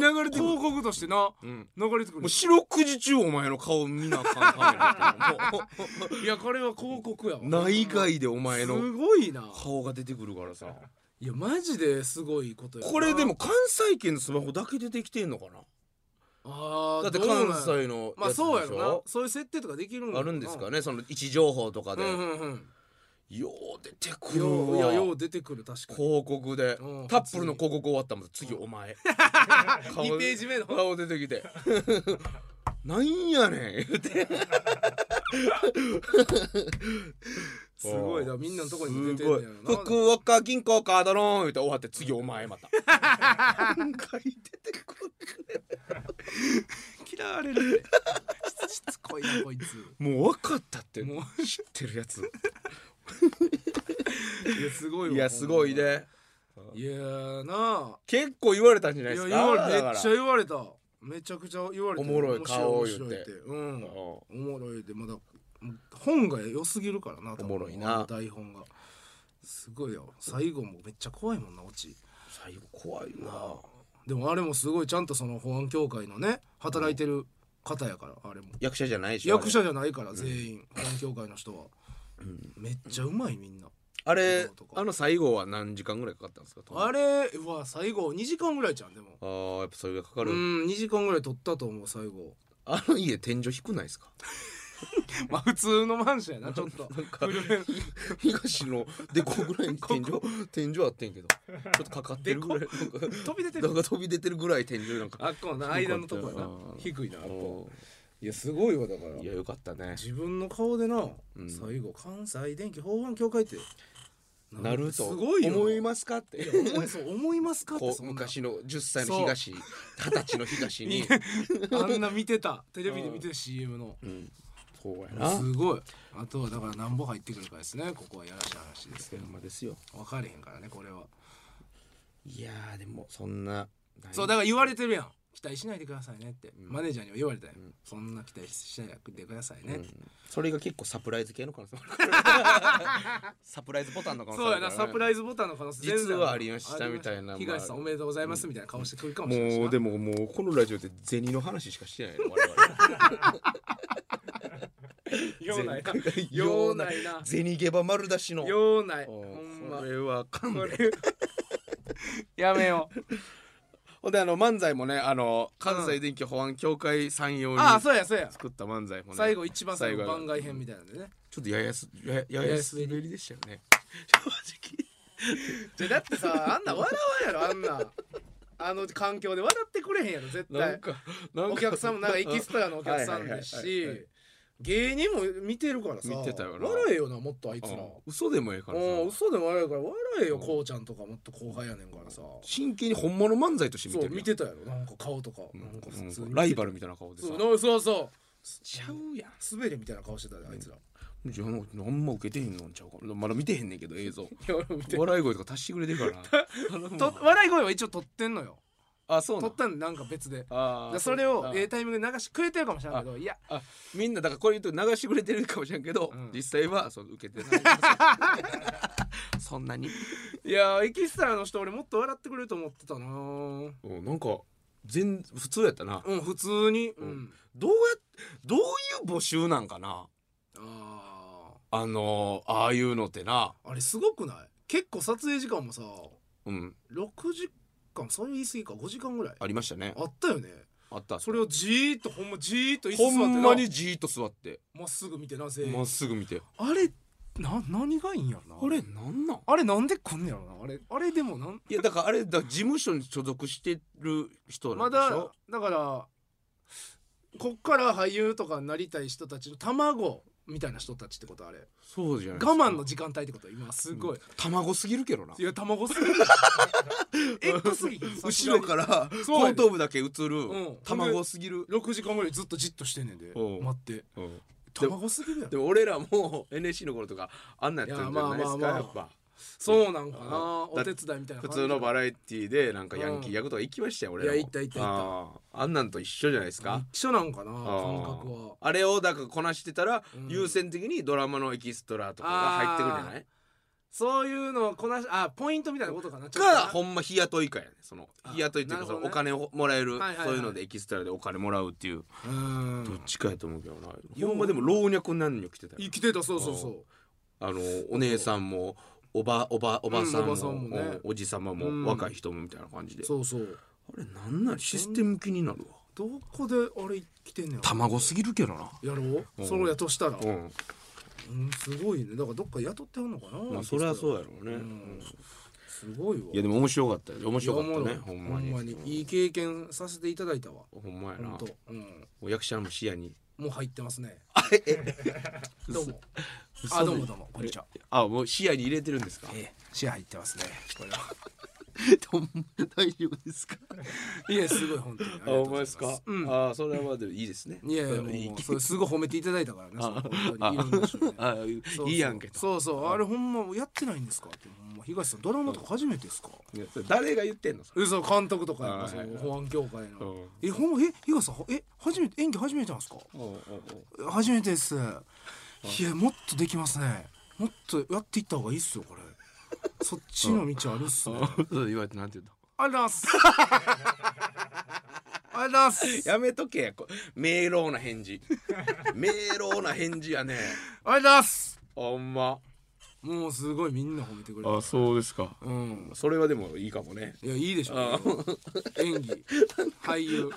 [SPEAKER 1] 港と
[SPEAKER 2] 流れてくる
[SPEAKER 1] 広告としてな、
[SPEAKER 2] うん
[SPEAKER 1] 流れてくる
[SPEAKER 2] もう四六時中お前の顔見なあかんカメラ も
[SPEAKER 1] いやこれは広告やわ
[SPEAKER 2] う内外でお
[SPEAKER 1] す
[SPEAKER 2] 前の
[SPEAKER 1] ごいな
[SPEAKER 2] 顔が出てくるからさ
[SPEAKER 1] いやマジですごいことやな
[SPEAKER 2] これでも関西圏のスマホだけでできてんのかな
[SPEAKER 1] あー
[SPEAKER 2] だって
[SPEAKER 1] どうなん
[SPEAKER 2] 関西の
[SPEAKER 1] まあ
[SPEAKER 2] やつでし
[SPEAKER 1] そうやろな
[SPEAKER 2] ょ
[SPEAKER 1] そういう設定とかできるん
[SPEAKER 2] あるんですか
[SPEAKER 1] ね
[SPEAKER 2] ねその位置情報とか
[SPEAKER 1] う
[SPEAKER 2] で
[SPEAKER 1] んうんうん
[SPEAKER 2] よう出てく
[SPEAKER 1] よう
[SPEAKER 2] る
[SPEAKER 1] いやよ
[SPEAKER 2] わ
[SPEAKER 1] う出てくる確かに
[SPEAKER 2] 広告で
[SPEAKER 1] うん
[SPEAKER 2] タップルの広告終わったもん次お前 顔
[SPEAKER 1] 2ページ目の
[SPEAKER 2] 顔出てきて なんやねん言うて
[SPEAKER 1] すごいだみんなのとこにも出てんねや
[SPEAKER 2] す
[SPEAKER 1] ろ
[SPEAKER 2] ごい
[SPEAKER 1] な
[SPEAKER 2] 福岡銀行カードローン言うて終わって次お前また何回出てくる
[SPEAKER 1] 嫌われ るってしつこいなこいつ
[SPEAKER 2] もう分かったって
[SPEAKER 1] も
[SPEAKER 2] 知ってるやつ
[SPEAKER 1] いやすごいわ
[SPEAKER 2] いやすごいね
[SPEAKER 1] いやーな
[SPEAKER 2] 結構言われたんじゃ
[SPEAKER 1] あ
[SPEAKER 2] な
[SPEAKER 1] い
[SPEAKER 2] いで
[SPEAKER 1] や
[SPEAKER 2] す
[SPEAKER 1] 言わ
[SPEAKER 2] か
[SPEAKER 1] れ
[SPEAKER 2] だ
[SPEAKER 1] め
[SPEAKER 2] か
[SPEAKER 1] っ
[SPEAKER 2] ら
[SPEAKER 1] ちゃ言われためちゃくちゃ言われた
[SPEAKER 2] おもろい顔
[SPEAKER 1] 面白面白いって
[SPEAKER 2] 言
[SPEAKER 1] うん
[SPEAKER 2] うん
[SPEAKER 1] おもろいでまだ本が良すぎるからな多分
[SPEAKER 2] おもろいな
[SPEAKER 1] 台本がすごいよ最後もめっちゃ怖いもんなオチ
[SPEAKER 2] 最後怖いな
[SPEAKER 1] でもあれもすごいちゃんとその保安協会のね働いてる方やからあれも
[SPEAKER 2] 役者じゃないでしょ
[SPEAKER 1] 役者じゃないから全員保安協会の人はめっちゃうまいみんな
[SPEAKER 2] あれ
[SPEAKER 1] とか
[SPEAKER 2] あの最後は何時間ぐらいかかったんですか
[SPEAKER 1] あれうわ最後2時間ぐらいじゃんでも
[SPEAKER 2] あーやっぱそれがかか
[SPEAKER 1] う
[SPEAKER 2] る
[SPEAKER 1] ん2時間ぐらい撮ったと思う最後
[SPEAKER 2] あの家天井低ないですか
[SPEAKER 1] まあ普通のマンションやなちょっと 古い
[SPEAKER 2] 東のでこぐらいに天井天井あってんけどちょっとかかってるぐらいなんか
[SPEAKER 1] 飛び出て
[SPEAKER 2] な
[SPEAKER 1] る
[SPEAKER 2] んか飛び出てるぐらい天井なんか
[SPEAKER 1] あっこの間のとこやな
[SPEAKER 2] うん
[SPEAKER 1] 低いなあっこ
[SPEAKER 2] お
[SPEAKER 1] いやすごいわだから
[SPEAKER 2] ーいやよかったね
[SPEAKER 1] 自分の顔でな、
[SPEAKER 2] ん
[SPEAKER 1] 最後関西電気法案協会って
[SPEAKER 2] なると
[SPEAKER 1] すごいよな
[SPEAKER 2] 思いますかって
[SPEAKER 1] いや思いそう思いますかって
[SPEAKER 2] こ
[SPEAKER 1] そ
[SPEAKER 2] うん
[SPEAKER 1] な
[SPEAKER 2] 昔の10歳の東二十歳の東 に
[SPEAKER 1] あんな見てたテレビで見てた CM の
[SPEAKER 2] うんそうやな
[SPEAKER 1] すごいあとはだからなんぼ入ってくるかですねここはやらしい話ですけ
[SPEAKER 2] ほ
[SPEAKER 1] ど
[SPEAKER 2] んまですよ
[SPEAKER 1] 分かれへんからねこれはい
[SPEAKER 2] やーでもそんな
[SPEAKER 1] そうだから言われてるやん期待しないでくださいねって、マネージャーには言われたよ、
[SPEAKER 2] ん
[SPEAKER 1] そんな期待しないでください
[SPEAKER 2] ね
[SPEAKER 1] ね、
[SPEAKER 2] それが結構サプライズ系の可能性もあ るサプライズボタンの可能性
[SPEAKER 1] そうやな、サプラ
[SPEAKER 2] イ
[SPEAKER 1] イズボタンの可能性
[SPEAKER 2] 実は
[SPEAKER 1] 全然
[SPEAKER 2] ありましたみたいな
[SPEAKER 1] ありました東さんおめでとうございますみたいな顔してくるかもしれないしな
[SPEAKER 2] もうでももうこのラジオで銭の話しかしてないの我々
[SPEAKER 1] ようないな
[SPEAKER 2] 全
[SPEAKER 1] ようない な
[SPEAKER 2] 銭ゲバ丸出しの
[SPEAKER 1] ようないほ
[SPEAKER 2] おー
[SPEAKER 1] んま
[SPEAKER 2] これはかん
[SPEAKER 1] こ
[SPEAKER 2] で
[SPEAKER 1] れ やめよう
[SPEAKER 2] ほんであの漫才もねあの関西電気保安協会三用に
[SPEAKER 1] ああそうやそうや
[SPEAKER 2] 作った漫才もね
[SPEAKER 1] 最後一番最後
[SPEAKER 2] 最後
[SPEAKER 1] 番外編みたいなんでね
[SPEAKER 2] ちょっとややすやややす滑りでしたよね
[SPEAKER 1] じゃだってさあんな笑わんやろあんなあの環境で笑ってくれへんやろ絶
[SPEAKER 2] 正直な
[SPEAKER 1] 対
[SPEAKER 2] んかなんか
[SPEAKER 1] お客さんもなんかエキストラのお客さんです
[SPEAKER 2] はいはいはいはいは
[SPEAKER 1] し芸人も見てるからさ
[SPEAKER 2] 見てたよな
[SPEAKER 1] 笑えよなもっとあいつら
[SPEAKER 2] うん嘘でもええからさ
[SPEAKER 1] うん嘘でも笑えるから笑えよ
[SPEAKER 2] うん
[SPEAKER 1] こうちゃんとかもっと後輩やねんからさ
[SPEAKER 2] 真剣に本物漫才として見
[SPEAKER 1] そ
[SPEAKER 2] てる
[SPEAKER 1] う
[SPEAKER 2] や
[SPEAKER 1] 見
[SPEAKER 2] ん
[SPEAKER 1] てたやろなんか顔とか
[SPEAKER 2] うん
[SPEAKER 1] なんか
[SPEAKER 2] うん
[SPEAKER 1] 普通に
[SPEAKER 2] ライバルみたいな顔でさ
[SPEAKER 1] そうなそうそう
[SPEAKER 2] ちゃうやん
[SPEAKER 1] 滑りみたいな顔してたであいつら
[SPEAKER 2] じゃあなんも受けてへんのんちゃうかまだ見てへんねんけど映 像
[SPEAKER 1] 見て
[SPEAKER 2] 笑い声とか足してくれてるから 頼むわ
[SPEAKER 1] と笑い声は一応撮ってんのよ
[SPEAKER 2] あそう
[SPEAKER 1] 撮
[SPEAKER 2] な
[SPEAKER 1] ったんなんか別で
[SPEAKER 2] あー
[SPEAKER 1] でそれを
[SPEAKER 2] あ
[SPEAKER 1] ええタイミングで流してくれてるかもしれないけどいや
[SPEAKER 2] あみんなだからこれ言うと流してくれてるかもしれんけど、
[SPEAKER 1] うん
[SPEAKER 2] 実際はそう受けて ないそんなに
[SPEAKER 1] いやエキストラの人俺もっと笑ってくれると思ってたなぁ
[SPEAKER 2] うんなんか全普通やったな
[SPEAKER 1] うん普通にうん、
[SPEAKER 2] うんどうやどういう募集なんかな
[SPEAKER 1] あ
[SPEAKER 2] あのー、ああいうのってな
[SPEAKER 1] ああれすごくない結構撮影時間もさ
[SPEAKER 2] うん
[SPEAKER 1] 6時間そういう言い過ぎか5時間ぐらい
[SPEAKER 2] ありましたね
[SPEAKER 1] あったよね
[SPEAKER 2] あった
[SPEAKER 1] それをじーっとほんまじーっと椅
[SPEAKER 2] ほ
[SPEAKER 1] 子座ってなん
[SPEAKER 2] まにじーっと座って
[SPEAKER 1] まっすぐ見てなぜ
[SPEAKER 2] まっすぐ見て
[SPEAKER 1] あれな何がいいんやろな
[SPEAKER 2] あれなんなん
[SPEAKER 1] あれなんでこんねやろなあれあれでもなん
[SPEAKER 2] いやだからあれだから事務所に所属してる人
[SPEAKER 1] ま
[SPEAKER 2] なんでし
[SPEAKER 1] だ
[SPEAKER 2] ょ
[SPEAKER 1] だからこっから俳優とかになりたい人たちの卵みたいな人たちってことあれ
[SPEAKER 2] そうじゃない
[SPEAKER 1] 我
[SPEAKER 2] ですか
[SPEAKER 1] 慢の時間帯ってこと今すごい、
[SPEAKER 2] 卵すぎるけどない
[SPEAKER 1] や卵す ぎるエッグすぎひん
[SPEAKER 2] 後ろから
[SPEAKER 1] そうや
[SPEAKER 2] 後
[SPEAKER 1] ね
[SPEAKER 2] 頭部だけ映る
[SPEAKER 1] うん
[SPEAKER 2] 卵すぎる
[SPEAKER 1] 6時間ぐらいずっとじっとしてんねんで
[SPEAKER 2] おう
[SPEAKER 1] 待って
[SPEAKER 2] うんでも
[SPEAKER 1] 卵すぎるや
[SPEAKER 2] で
[SPEAKER 1] ろ
[SPEAKER 2] も俺らも NSC の頃とかあんなんやったんじゃないです
[SPEAKER 1] い
[SPEAKER 2] か
[SPEAKER 1] やまあまあまあ
[SPEAKER 2] やっぱ
[SPEAKER 1] そうなんかな
[SPEAKER 2] あ
[SPEAKER 1] お手伝いみたいな
[SPEAKER 2] 普
[SPEAKER 1] 感じ
[SPEAKER 2] 通のバラエティーでなんかヤンキー役とか行きましたよ俺らも
[SPEAKER 1] いや行った行った行った
[SPEAKER 2] ったあんなんと一緒じゃないですか
[SPEAKER 1] 一緒なんかな
[SPEAKER 2] あ
[SPEAKER 1] 感
[SPEAKER 2] ー
[SPEAKER 1] 覚は
[SPEAKER 2] あれをだからこなしてたら
[SPEAKER 1] うん
[SPEAKER 2] 優先的にドラマのエキストラとかが入ってくるんじゃない
[SPEAKER 1] そういうのをこなしあポイントみたいなことかなちょっと
[SPEAKER 2] か
[SPEAKER 1] な
[SPEAKER 2] ほんま日雇いかやねその
[SPEAKER 1] あ
[SPEAKER 2] 日雇いってい
[SPEAKER 1] な
[SPEAKER 2] うか
[SPEAKER 1] る
[SPEAKER 2] そ
[SPEAKER 1] ほ
[SPEAKER 2] の
[SPEAKER 1] ど
[SPEAKER 2] お
[SPEAKER 1] ね
[SPEAKER 2] 金をもらえる
[SPEAKER 1] はいはいはい
[SPEAKER 2] そういうのでエキストラでお金もらうっていう
[SPEAKER 1] う
[SPEAKER 2] どっ
[SPEAKER 1] ん
[SPEAKER 2] ちかやと思うけどな
[SPEAKER 1] よう
[SPEAKER 2] ほんまでも老若男女来てたよ
[SPEAKER 1] 生きてたそうそうそう
[SPEAKER 2] あのお姉さんもおばおばおばさ
[SPEAKER 1] う
[SPEAKER 2] ん
[SPEAKER 1] ん
[SPEAKER 2] も,、
[SPEAKER 1] おばさんもね
[SPEAKER 2] おじさまも、
[SPEAKER 1] うん
[SPEAKER 2] 若い人もみたいな感じで
[SPEAKER 1] そうそう
[SPEAKER 2] あれなんなんシステム気になるわ
[SPEAKER 1] どこであれ来てんねん
[SPEAKER 2] 卵すぎるけどな
[SPEAKER 1] やろ
[SPEAKER 2] う
[SPEAKER 1] うんそうやとしたら
[SPEAKER 2] う
[SPEAKER 1] うんんすごいねだからどっか雇ってはんのかな
[SPEAKER 2] まあそれはそうやろうね、
[SPEAKER 1] うんすごいわ
[SPEAKER 2] いやでも面白かったよ面白かった
[SPEAKER 1] い
[SPEAKER 2] ね
[SPEAKER 1] やお
[SPEAKER 2] ほ
[SPEAKER 1] もろい
[SPEAKER 2] んまに
[SPEAKER 1] ほんまにいい経験させていただいたわ
[SPEAKER 2] ほんまやな
[SPEAKER 1] 本
[SPEAKER 2] も
[SPEAKER 1] 当うん
[SPEAKER 2] う役者も視野に
[SPEAKER 1] もう入ってますね どうもあどうもどうもこんにちは
[SPEAKER 2] あもう視野に入れてるんですか
[SPEAKER 1] ええ視野入ってますねこれは
[SPEAKER 2] ほんま 大丈夫ですか
[SPEAKER 1] いやすごい本当にありが
[SPEAKER 2] あ
[SPEAKER 1] とうご
[SPEAKER 2] お
[SPEAKER 1] ざい
[SPEAKER 2] 前
[SPEAKER 1] ま
[SPEAKER 2] ですすか、
[SPEAKER 1] うん
[SPEAKER 2] あそれはでもいいですね
[SPEAKER 1] いやいや
[SPEAKER 2] それはいい
[SPEAKER 1] もうそれすごい褒めていただいたからねその本当にいろんな人にね
[SPEAKER 2] あ
[SPEAKER 1] そうそう
[SPEAKER 2] いいやんけと
[SPEAKER 1] そうそうあれほんまやってないんですかってほんま東さんドラマとか初めてですか
[SPEAKER 2] いやそれ誰が言ってんのそれ
[SPEAKER 1] えそう監督とかやっ
[SPEAKER 2] あ
[SPEAKER 1] ぱ
[SPEAKER 2] ー
[SPEAKER 1] そ
[SPEAKER 2] はい
[SPEAKER 1] の保安協会の
[SPEAKER 2] うん
[SPEAKER 1] えほんまえ東さんえ初めて演技初めてなんですか
[SPEAKER 2] おうおうおう
[SPEAKER 1] 初めてですいやもっとできますねもっとやっていった方がいいっすよこれそっちの道あるっすね
[SPEAKER 2] そう言われてなんて言うの
[SPEAKER 1] ありがとうございますありがとうござ います
[SPEAKER 2] やめとけこ明朗な 返事明朗な返事やね
[SPEAKER 1] ありがとうございます
[SPEAKER 2] ほんま
[SPEAKER 1] もうすごいみんな褒めてくれた
[SPEAKER 2] そうですか
[SPEAKER 1] うん
[SPEAKER 2] それはでもいいかもね
[SPEAKER 1] いやいいでしょ
[SPEAKER 2] あ
[SPEAKER 1] 演技俳優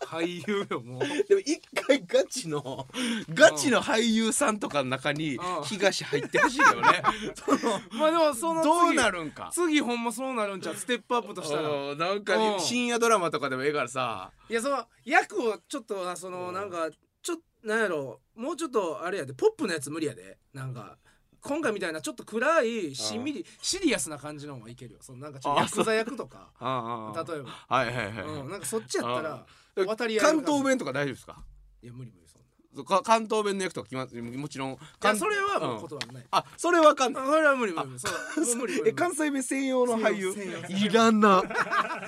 [SPEAKER 1] 俳優よもう
[SPEAKER 2] でも一回ガチのガチの俳優さんとかの中に
[SPEAKER 1] うん
[SPEAKER 2] 東入ってほしいよねその
[SPEAKER 1] まあでも その次
[SPEAKER 2] どうなるんか
[SPEAKER 1] 次ほんまそうなるんちゃうステップアップとしたら
[SPEAKER 2] うんなんか
[SPEAKER 1] うん
[SPEAKER 2] 深夜ドラマとかでもええからさ
[SPEAKER 1] いやその役をちょっとあその
[SPEAKER 2] うん
[SPEAKER 1] なんかちょっとなんやろもうちょっとあれやでポップなやつ無理やでなんか今回みたいなちょっと暗いしんみりシリアスな感じの方がいけるよそのなんかちょっとヤクザ役とか
[SPEAKER 2] あ
[SPEAKER 1] 例え
[SPEAKER 2] はいはいはい
[SPEAKER 1] ば、
[SPEAKER 2] はい、
[SPEAKER 1] うん、なんかそっちやったら
[SPEAKER 2] うん
[SPEAKER 1] 渡り合いの
[SPEAKER 2] 関
[SPEAKER 1] 感じ
[SPEAKER 2] 東弁とか大丈夫ですか
[SPEAKER 1] いや無理無理そんな
[SPEAKER 2] そうか関東弁の役とか決まってもちろん
[SPEAKER 1] いや
[SPEAKER 2] 関
[SPEAKER 1] それはも
[SPEAKER 2] ん
[SPEAKER 1] う断らない、
[SPEAKER 2] あそれわかんない
[SPEAKER 1] あそれは無理無理無理そう もう無理無理
[SPEAKER 2] え関西弁専用の俳優
[SPEAKER 1] 専用
[SPEAKER 2] いら んな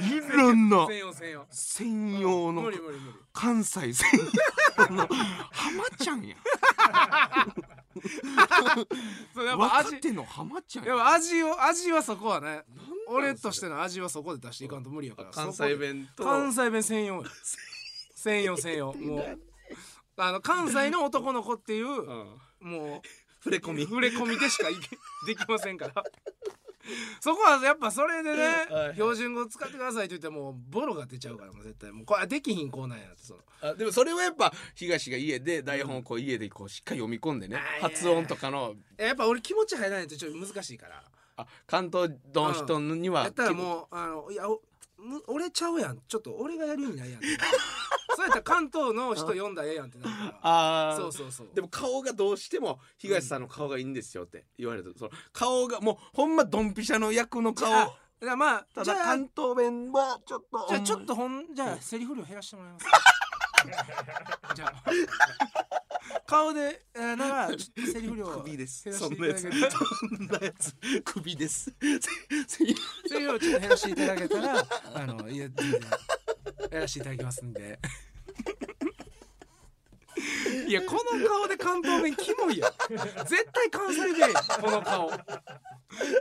[SPEAKER 2] いらんな
[SPEAKER 1] 専用専用
[SPEAKER 2] 専用の
[SPEAKER 1] 無理無理無理
[SPEAKER 2] 関西専用の浜ちゃんや
[SPEAKER 1] そうやっぱ味
[SPEAKER 2] 若手の浜ちゃん
[SPEAKER 1] やっ
[SPEAKER 2] や
[SPEAKER 1] ぱ味を味はそこはね俺としての味はそこで出していかんと無理やから
[SPEAKER 2] 関西弁と
[SPEAKER 1] 関西弁専用よ専用専 用もうあの関西の男の子っていう
[SPEAKER 2] う
[SPEAKER 1] も
[SPEAKER 2] ん
[SPEAKER 1] う
[SPEAKER 2] 触れ込み
[SPEAKER 1] 触れ込みでしかいけできませんから そこはやっぱそれでね
[SPEAKER 2] はいはい
[SPEAKER 1] 標準語使ってくださいって言ってもうボロが出ちゃうからもう絶対もうこれできひんこうなんやってその
[SPEAKER 2] あでもそれはやっぱ東が家で台本をこう家でこうしっかり読み込んでね
[SPEAKER 1] あいや
[SPEAKER 2] 発音とかの
[SPEAKER 1] やっぱ俺気持ち入らないとちょっと難しいから
[SPEAKER 2] あ関東の人には
[SPEAKER 1] やったらもうあのいやおむ俺ちゃうやんちょっと俺がやる意味ないやんってそうやったら関東の人呼んだらええやんってなるか
[SPEAKER 2] あ
[SPEAKER 1] ら
[SPEAKER 2] そ
[SPEAKER 1] そううそ
[SPEAKER 2] そう
[SPEAKER 1] うそう
[SPEAKER 2] でも顔がどうしても東さんの顔がいいんですよって言われるとその顔がもうほんまドンピシャの役の顔
[SPEAKER 1] じゃあだからまあ
[SPEAKER 2] た
[SPEAKER 1] じゃ
[SPEAKER 2] だ
[SPEAKER 1] あ
[SPEAKER 2] 関東弁はちょっと
[SPEAKER 1] じゃあちょっとほんじゃあセリフ量減らしてもらいますじゃ あ顔でえーならちょっとセリフ量減ら
[SPEAKER 2] 首です
[SPEAKER 1] し
[SPEAKER 2] そ
[SPEAKER 1] てい
[SPEAKER 2] ん
[SPEAKER 1] ただ
[SPEAKER 2] なや
[SPEAKER 1] け
[SPEAKER 2] つ
[SPEAKER 1] た
[SPEAKER 2] そ
[SPEAKER 1] ら
[SPEAKER 2] んなやつ首です
[SPEAKER 1] セリフ量ちょっと減らしていただけたらあのいや全然やらせていただきますんでいやこの顔で関東弁キモいや絶対関西弁やこの顔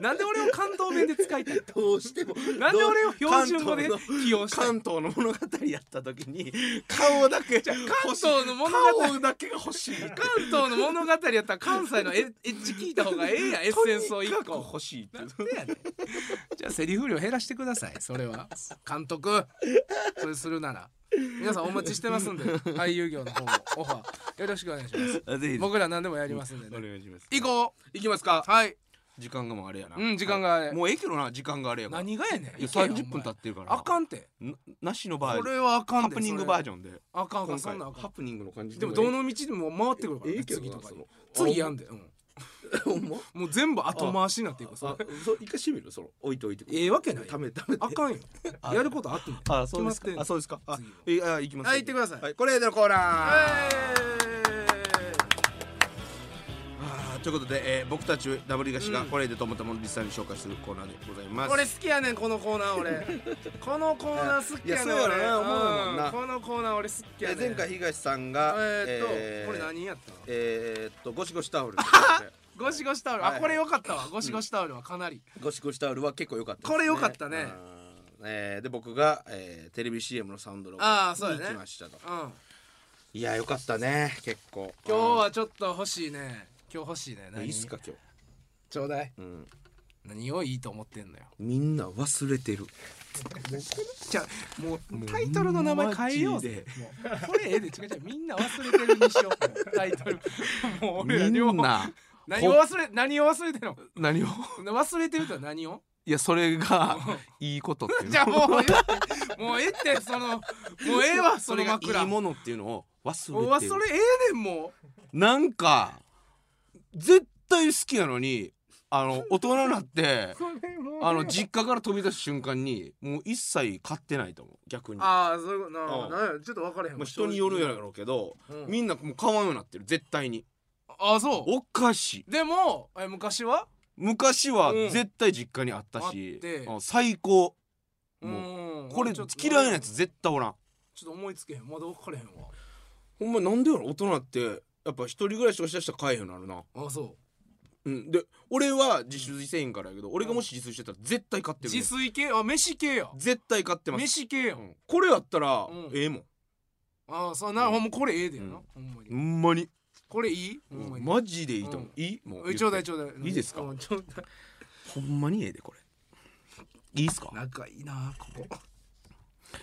[SPEAKER 1] なんで俺を関東弁で使いたい
[SPEAKER 2] どうしても
[SPEAKER 1] なんで俺を
[SPEAKER 2] どう
[SPEAKER 1] 標準語で 起用したい
[SPEAKER 2] 関東の関東の物語やった時に顔だけ関
[SPEAKER 1] 関東の物語
[SPEAKER 2] 顔だけが欲しい
[SPEAKER 1] 関東の物語やったら関西のエッエッジ聞いた方がええやんエッセンスを一
[SPEAKER 2] とにかく
[SPEAKER 1] 個
[SPEAKER 2] 欲しいっていう
[SPEAKER 1] なんでやねんじゃあセリフ量減らしてくださいそれは監督それするなら皆さんお待ちしてますんで俳優業の方もオファーよろしくお願いします
[SPEAKER 2] あぜひぜひ
[SPEAKER 1] 僕ら何でもやりますんで
[SPEAKER 2] お
[SPEAKER 1] ね
[SPEAKER 2] 願いします
[SPEAKER 1] 行こう
[SPEAKER 2] 行きますか
[SPEAKER 1] はい
[SPEAKER 2] 時間がもうあれやな
[SPEAKER 1] うん時間があれ
[SPEAKER 2] もうええけどな時間があれやから
[SPEAKER 1] 何がやねん
[SPEAKER 2] いや
[SPEAKER 1] 行けよ
[SPEAKER 2] 30分経ってるから
[SPEAKER 1] あかんて
[SPEAKER 2] ななしの場合
[SPEAKER 1] これはあかん
[SPEAKER 2] ハ
[SPEAKER 1] で
[SPEAKER 2] プニングバー
[SPEAKER 1] ジ
[SPEAKER 2] ジョンで
[SPEAKER 1] ョンあかんあか
[SPEAKER 2] 今
[SPEAKER 1] んそ
[SPEAKER 2] 回
[SPEAKER 1] んなんあ
[SPEAKER 2] ハ
[SPEAKER 1] か
[SPEAKER 2] プニングの感じ
[SPEAKER 1] んでもどの道でも回ってくるから
[SPEAKER 2] ええ
[SPEAKER 1] ね
[SPEAKER 2] けどな
[SPEAKER 1] 次とかに
[SPEAKER 2] その
[SPEAKER 1] 次やんでうん
[SPEAKER 2] ほんま
[SPEAKER 1] もう全部後回しになっていくそれ
[SPEAKER 2] あそう一回してみるその置いておいて
[SPEAKER 1] ええわけない
[SPEAKER 2] ためためて
[SPEAKER 1] あかんよ
[SPEAKER 2] あ
[SPEAKER 1] やることあっても
[SPEAKER 2] あそうですか
[SPEAKER 1] 決まってんの
[SPEAKER 2] あそうですかあ
[SPEAKER 1] 次は
[SPEAKER 2] えあ行きます
[SPEAKER 1] はい行ってください
[SPEAKER 2] はいこれのコーナー
[SPEAKER 1] は
[SPEAKER 2] あーということで、えー僕たちダブリガシがこれでと思ったものを実際に紹介するコーナーでございます
[SPEAKER 1] い俺好きやねんこのコーナー俺このコーナー好きやねん
[SPEAKER 2] いやそうやろな
[SPEAKER 1] 俺
[SPEAKER 2] 思うもんな
[SPEAKER 1] このコーナー俺好きやねん
[SPEAKER 2] えー前回東さんが
[SPEAKER 1] えーっと、
[SPEAKER 2] えー
[SPEAKER 1] これ何やった
[SPEAKER 2] えーっとゴシゴシタオル
[SPEAKER 1] ゴシゴシタオル、
[SPEAKER 2] はいは
[SPEAKER 1] あ
[SPEAKER 2] い
[SPEAKER 1] これ良かったわゴシゴシタオルはかなり、
[SPEAKER 2] ゴシゴシタオルは結構良かったです、
[SPEAKER 1] これ良かったね
[SPEAKER 2] うんえーで僕が、えーテレビ CM のサウンドロゴ
[SPEAKER 1] あーそうやね
[SPEAKER 2] に行きましたと
[SPEAKER 1] うん、今
[SPEAKER 2] いや良かったね結構
[SPEAKER 1] 日はちょっと欲しいね今日欲しいね
[SPEAKER 2] うん
[SPEAKER 1] 何
[SPEAKER 2] いいっすか今
[SPEAKER 1] ちょうだい
[SPEAKER 2] 日、うん、
[SPEAKER 1] 何をいいと思ってんのよ
[SPEAKER 2] みんな忘れてる
[SPEAKER 1] じゃあもうタイトルの名前変えようぜもうこれええで違う違うみんな忘れてるにしようも うタイトルもう俺ら両
[SPEAKER 2] みん
[SPEAKER 1] 方
[SPEAKER 2] な
[SPEAKER 1] 何を忘れ何を忘れてるの
[SPEAKER 2] 何を
[SPEAKER 1] 忘れてるとは何を
[SPEAKER 2] いやそれ がいいことっていうの
[SPEAKER 1] じゃあもうええってもうええってそのもうええ わそ
[SPEAKER 2] そ
[SPEAKER 1] の
[SPEAKER 2] れが
[SPEAKER 1] 枕
[SPEAKER 2] いいものっていうのを忘
[SPEAKER 1] もう
[SPEAKER 2] れ
[SPEAKER 1] わ
[SPEAKER 2] て
[SPEAKER 1] そ
[SPEAKER 2] る
[SPEAKER 1] れええねんも
[SPEAKER 2] なんか絶対好きなのに あの大人になって
[SPEAKER 1] うそれもう
[SPEAKER 2] あの実家から飛び出す瞬間にもう一切買ってないと思う逆に
[SPEAKER 1] ああそういうことな
[SPEAKER 2] うん
[SPEAKER 1] なんやちょっと分からへん
[SPEAKER 2] まあ、
[SPEAKER 1] わ
[SPEAKER 2] 人によるやろうけど、
[SPEAKER 1] うん
[SPEAKER 2] みんなもう買わんようになってる絶対に
[SPEAKER 1] ああそう
[SPEAKER 2] おかしい
[SPEAKER 1] でもえ昔は
[SPEAKER 2] 昔は
[SPEAKER 1] うん
[SPEAKER 2] 絶対実家にあったし
[SPEAKER 1] あって、
[SPEAKER 2] うん最高もう
[SPEAKER 1] も
[SPEAKER 2] これ嫌いなやつ絶対おらん
[SPEAKER 1] ちょっと思いつけへんまだ分からへんわ
[SPEAKER 2] ほんまなんでやろ大人ってやっぱ一人暮らしとかしだしたら買えへんようになるな
[SPEAKER 1] ああそう
[SPEAKER 2] うんで俺は自炊せえへんからやけど俺がもし自炊してたら絶対買ってるね
[SPEAKER 1] 自炊系あ飯系や
[SPEAKER 2] 絶対買ってます
[SPEAKER 1] 飯系やん
[SPEAKER 2] うんこれやったら、
[SPEAKER 1] うん
[SPEAKER 2] ええもん
[SPEAKER 1] ああそうな
[SPEAKER 2] うん
[SPEAKER 1] ほんまこれええでよな
[SPEAKER 2] う
[SPEAKER 1] ほ
[SPEAKER 2] ん
[SPEAKER 1] んま
[SPEAKER 2] ほ
[SPEAKER 1] に
[SPEAKER 2] んまに、
[SPEAKER 1] これいいほ
[SPEAKER 2] うん
[SPEAKER 1] ま
[SPEAKER 2] ん、
[SPEAKER 1] に
[SPEAKER 2] マジでいいと思う、
[SPEAKER 1] う
[SPEAKER 2] いいも
[SPEAKER 1] え
[SPEAKER 2] う
[SPEAKER 1] ちょうだい
[SPEAKER 2] 言
[SPEAKER 1] ちょうだい
[SPEAKER 2] いいですか
[SPEAKER 1] うんちょうだい
[SPEAKER 2] ってほんまにええでこれいいっすか、
[SPEAKER 1] 仲いいなここ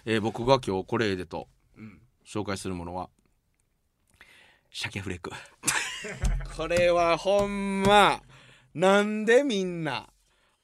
[SPEAKER 2] えー僕が今日これええでと
[SPEAKER 1] うん
[SPEAKER 2] 紹介するものは鮭フレーク これはほんまなんでみんな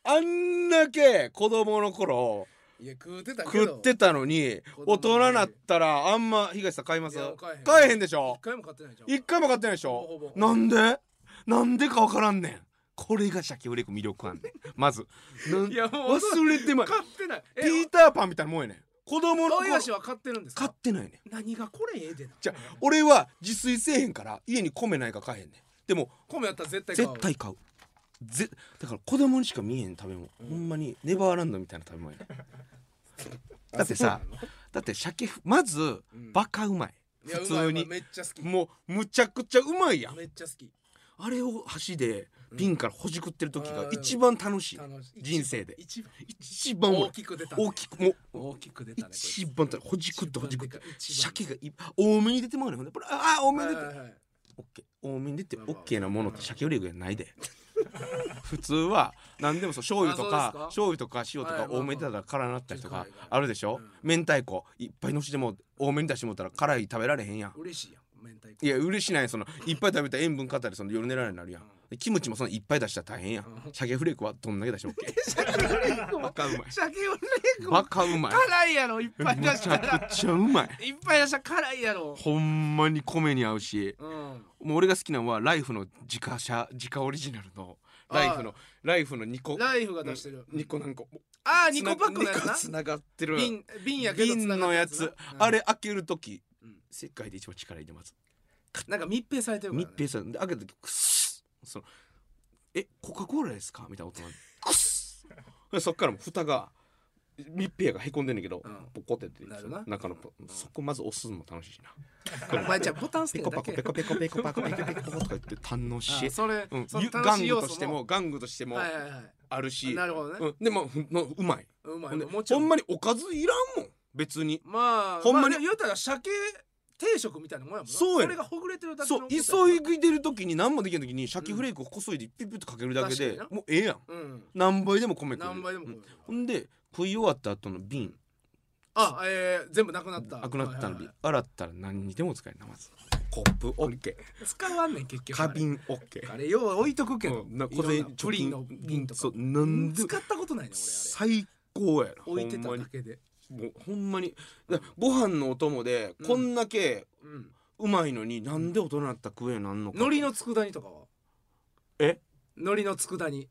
[SPEAKER 2] あんだけ子供の頃
[SPEAKER 1] いや食うてたけど
[SPEAKER 2] 食ってたのに
[SPEAKER 1] 子供
[SPEAKER 2] 大人なったらあんま東さん買います
[SPEAKER 1] いや買えへん
[SPEAKER 2] 買えへんでし
[SPEAKER 1] 一
[SPEAKER 2] ょ
[SPEAKER 1] 回も買ってないじゃん
[SPEAKER 2] 一回も買ってないでし
[SPEAKER 1] ほぼ
[SPEAKER 2] ょ
[SPEAKER 1] ほぼ
[SPEAKER 2] なんでなんでかわからんねんこれがシャキフレーク魅力あんねんまずなん
[SPEAKER 1] いやもう
[SPEAKER 2] 忘れてまい
[SPEAKER 1] 買ってないえ
[SPEAKER 2] ピーターパンみたいなもんやねん子供の
[SPEAKER 1] 青い
[SPEAKER 2] 頃
[SPEAKER 1] 足は買ってるんです
[SPEAKER 2] 買っ
[SPEAKER 1] か
[SPEAKER 2] てないねん
[SPEAKER 1] 何がこれええでな
[SPEAKER 2] じゃあ俺は自炊せえへんから家に米ないから買えへんねんでも
[SPEAKER 1] 米やったら絶対買う
[SPEAKER 2] 絶対買うぜだから子供にしか見えへん食べ物、ほんまにネバーランドみたいな食べ物やねんだってさだって鮭ふまず
[SPEAKER 1] うん
[SPEAKER 2] バカうまい
[SPEAKER 1] いや
[SPEAKER 2] 普
[SPEAKER 1] うまいう
[SPEAKER 2] 通
[SPEAKER 1] まい
[SPEAKER 2] に
[SPEAKER 1] めっちゃ好き
[SPEAKER 2] もうむちゃくちゃうまいやん
[SPEAKER 1] めっちゃ好き
[SPEAKER 2] あれを箸で瓶からほじくってる時
[SPEAKER 1] う
[SPEAKER 2] が
[SPEAKER 1] ん
[SPEAKER 2] 一番楽しい
[SPEAKER 1] 楽しい
[SPEAKER 2] 人生で
[SPEAKER 1] 一番
[SPEAKER 2] 一
[SPEAKER 1] 一
[SPEAKER 2] 番
[SPEAKER 1] 番
[SPEAKER 2] 俺
[SPEAKER 1] 大きく出たね
[SPEAKER 2] 大きくもう
[SPEAKER 1] 大きく出たねこれ
[SPEAKER 2] 一番楽しいほじくってほじくって
[SPEAKER 1] 一番でかい一番
[SPEAKER 2] 鮭がいっぱい多めに出てまうねんほんでこれああ多めに出て
[SPEAKER 1] はいはいはい
[SPEAKER 2] オッケー多めに出て
[SPEAKER 1] まあ
[SPEAKER 2] オ
[SPEAKER 1] まあ
[SPEAKER 2] ッケーなものって鮭フレークじゃないで 普通は何でもそう醤油と
[SPEAKER 1] あそうで
[SPEAKER 2] か
[SPEAKER 1] すか
[SPEAKER 2] 醤油とか塩と
[SPEAKER 1] はい
[SPEAKER 2] か
[SPEAKER 1] まあまあ
[SPEAKER 2] 多めに出たら辛なったりとか
[SPEAKER 1] ちょっと辛いから
[SPEAKER 2] あるでしょ
[SPEAKER 1] う
[SPEAKER 2] 明太子いっぱいのしても多めに出してもったら辛い食べられへんやん
[SPEAKER 1] 嬉しいやん明太子
[SPEAKER 2] いや嬉しないそのいっぱい食べたら塩分かったりその夜寝られになるやんでキムチもそのいっぱい出したら大変やん
[SPEAKER 1] うん
[SPEAKER 2] 鮭フレークはどんだけ出して OK
[SPEAKER 1] シャケフレーク
[SPEAKER 2] バ
[SPEAKER 1] も
[SPEAKER 2] カうまい
[SPEAKER 1] シャケフレークも
[SPEAKER 2] バカうまい
[SPEAKER 1] 辛いやろいっぱい出
[SPEAKER 2] め
[SPEAKER 1] し
[SPEAKER 2] ち
[SPEAKER 1] た
[SPEAKER 2] ゃ
[SPEAKER 1] ら
[SPEAKER 2] くちゃうまい
[SPEAKER 1] いっぱい出したら辛いやろ
[SPEAKER 2] ほんまに米に合うし
[SPEAKER 1] うん
[SPEAKER 2] もう俺が好きなのはライフの自家車自家オリジナルのライフのライフの2個
[SPEAKER 1] ライフが出してる
[SPEAKER 2] 2個なんか
[SPEAKER 1] ああニコパックのやつな
[SPEAKER 2] つながってる
[SPEAKER 1] 瓶瓶やけど
[SPEAKER 2] 瓶
[SPEAKER 1] 繋が
[SPEAKER 2] の
[SPEAKER 1] った
[SPEAKER 2] や
[SPEAKER 1] な
[SPEAKER 2] つ
[SPEAKER 1] うん
[SPEAKER 2] あれ開ける時
[SPEAKER 1] うん
[SPEAKER 2] 世界で一番力入れてます
[SPEAKER 1] なんか密閉されてるから
[SPEAKER 2] 密
[SPEAKER 1] ね
[SPEAKER 2] 閉さんで開けた時クスッそのえコカ・コーラですかみたいな音がクスッでそっからもう蓋が密閉がへこんでんねんけど、
[SPEAKER 1] うん
[SPEAKER 2] ポコって出てき
[SPEAKER 1] な
[SPEAKER 2] て
[SPEAKER 1] るな
[SPEAKER 2] 中のポ、
[SPEAKER 1] ん
[SPEAKER 2] そこまず押すのも楽しいしな
[SPEAKER 1] お前じゃあボタン好
[SPEAKER 2] ペ
[SPEAKER 1] き
[SPEAKER 2] コ
[SPEAKER 1] な
[SPEAKER 2] パ
[SPEAKER 1] だ
[SPEAKER 2] コ
[SPEAKER 1] け
[SPEAKER 2] ペコペコペコパコペコペコペコとか言って堪能し
[SPEAKER 1] あそれ
[SPEAKER 2] うん、
[SPEAKER 1] その楽
[SPEAKER 2] 玩
[SPEAKER 1] しい
[SPEAKER 2] 具
[SPEAKER 1] 要
[SPEAKER 2] とし
[SPEAKER 1] 素
[SPEAKER 2] ても玩具としても
[SPEAKER 1] はいはいはい
[SPEAKER 2] あるし、
[SPEAKER 1] なるほどね
[SPEAKER 2] うん、でもほんのうまいう
[SPEAKER 1] ま
[SPEAKER 2] ほ
[SPEAKER 1] い
[SPEAKER 2] んで
[SPEAKER 1] もちろ
[SPEAKER 2] ほ
[SPEAKER 1] ん
[SPEAKER 2] んまにおかずいらんもん別に
[SPEAKER 1] まあ
[SPEAKER 2] ほんまに
[SPEAKER 1] あ言うたら鮭定食みたいなもんやもんな
[SPEAKER 2] そうやね
[SPEAKER 1] これ
[SPEAKER 2] ん
[SPEAKER 1] がほぐれてるだけ
[SPEAKER 2] そう
[SPEAKER 1] の
[SPEAKER 2] 急い食いてる時に何もできん時にシャキフレークをこそいでピュッピュッとかけるだけで、
[SPEAKER 1] 確かに
[SPEAKER 2] もうええやん
[SPEAKER 1] うん
[SPEAKER 2] 何倍でも米食える
[SPEAKER 1] 何倍でもこ
[SPEAKER 2] う
[SPEAKER 1] うん
[SPEAKER 2] ほんで食い終わった後の瓶
[SPEAKER 1] あえー全部なくなった
[SPEAKER 2] なくなった
[SPEAKER 1] はい
[SPEAKER 2] の瓶、
[SPEAKER 1] はい
[SPEAKER 2] 洗ったら何にでも使えるなまずコップオッケー
[SPEAKER 1] はい使わんねん結局あ
[SPEAKER 2] 花
[SPEAKER 1] れ
[SPEAKER 2] 瓶オッケー
[SPEAKER 1] あれよう置いとくけど
[SPEAKER 2] うんな
[SPEAKER 1] こ
[SPEAKER 2] 小
[SPEAKER 1] れ
[SPEAKER 2] 銭
[SPEAKER 1] プリンの
[SPEAKER 2] 貯金
[SPEAKER 1] 瓶とか
[SPEAKER 2] そうなんで
[SPEAKER 1] 使ったことないね俺あれ
[SPEAKER 2] 最高やな
[SPEAKER 1] 置いてた
[SPEAKER 2] ほん
[SPEAKER 1] だ
[SPEAKER 2] ま
[SPEAKER 1] けで
[SPEAKER 2] にもうほんまにだからご飯のお供で
[SPEAKER 1] うん
[SPEAKER 2] こんだけ
[SPEAKER 1] うん
[SPEAKER 2] うまいのになんで大人になったら食えなんのか
[SPEAKER 1] 海苔の佃煮とかは
[SPEAKER 2] え
[SPEAKER 1] 海苔の佃煮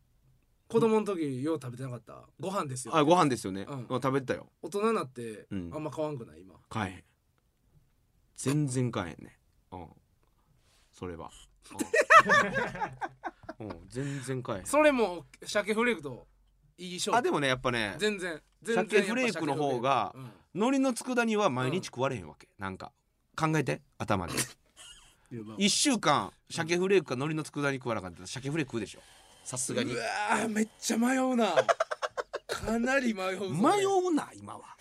[SPEAKER 1] 子供の時よう食べてなかったご飯ですよ
[SPEAKER 2] あご飯ですよね、
[SPEAKER 1] うん
[SPEAKER 2] あ食べてたよ
[SPEAKER 1] 大人になってあ
[SPEAKER 2] うん
[SPEAKER 1] んま買わんくない今
[SPEAKER 2] 買えへん全然買えへんねうんそれはうん うん全然買えへん
[SPEAKER 1] それも鮭フレークといい勝負
[SPEAKER 2] あでもねやっぱね
[SPEAKER 1] 全然全然
[SPEAKER 2] 鮭フレークの方が
[SPEAKER 1] うん
[SPEAKER 2] 海苔の佃煮は毎日食われへんわけ、なんか考えて 頭で1週間鮭フレークか海苔の佃煮食わなかったら鮭フレーク食うでしょさすがに
[SPEAKER 1] うわーめっちゃ迷うなかなり迷うぞ
[SPEAKER 2] 迷うな今 は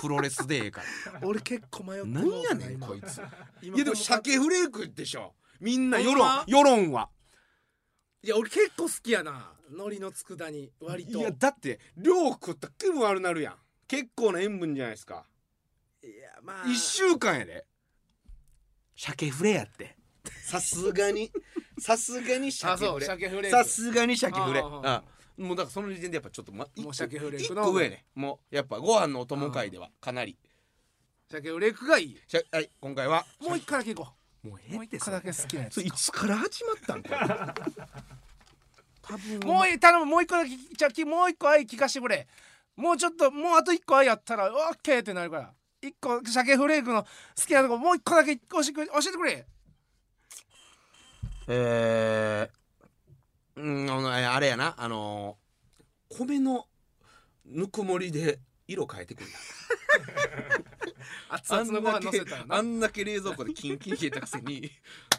[SPEAKER 2] プロレスでええから
[SPEAKER 1] 俺結構迷っても
[SPEAKER 2] なん
[SPEAKER 1] う
[SPEAKER 2] や
[SPEAKER 1] た
[SPEAKER 2] ねん
[SPEAKER 1] 今
[SPEAKER 2] こいつ
[SPEAKER 1] 今
[SPEAKER 2] いやでも鮭フレークでしょみんな世
[SPEAKER 1] ほん
[SPEAKER 2] 論
[SPEAKER 1] ま
[SPEAKER 2] 世論はい
[SPEAKER 1] や俺結構好きやな海苔の佃煮割と
[SPEAKER 2] いやだって量食ったら気分悪なるやん結構な塩分じゃないですか
[SPEAKER 1] ま
[SPEAKER 2] 1週間やで鮭フレやってさすがにさすがに
[SPEAKER 1] あ
[SPEAKER 2] 鮭
[SPEAKER 1] そう
[SPEAKER 2] フレ
[SPEAKER 1] 鮭フレー
[SPEAKER 2] さ
[SPEAKER 1] ク
[SPEAKER 2] すがに鮭フレ
[SPEAKER 1] ああああ
[SPEAKER 2] あもうだからその時点でやっぱちょっとま一個
[SPEAKER 1] もう鮭フレー
[SPEAKER 2] 一
[SPEAKER 1] クの
[SPEAKER 2] 個上やねもうやっぱご飯のお供会ではかなり
[SPEAKER 1] 鮭フレークがいい
[SPEAKER 2] しゃはい今回は
[SPEAKER 1] もう一回だけ行こ
[SPEAKER 2] もう
[SPEAKER 1] うもう一
[SPEAKER 2] そ
[SPEAKER 1] 回
[SPEAKER 2] れ
[SPEAKER 1] だけ好きなや
[SPEAKER 2] そ
[SPEAKER 1] つ
[SPEAKER 2] れいつから始まったんこれ 多分
[SPEAKER 1] もういい頼むもう一個だけじゃあきもう一個愛聞かしてくれもうちょっともうあと一個愛やったらオッケーってなるから一個鮭フレークの好きなとこもう一個だけ教えてくれ教えてくれ
[SPEAKER 2] えー、うん、あのえあれやな、あのー米のぬくもりで色変えてくるな。
[SPEAKER 1] 熱々のご飯乗せたら
[SPEAKER 2] あ
[SPEAKER 1] なん
[SPEAKER 2] だけ冷蔵庫でキンキン冷えたくせに、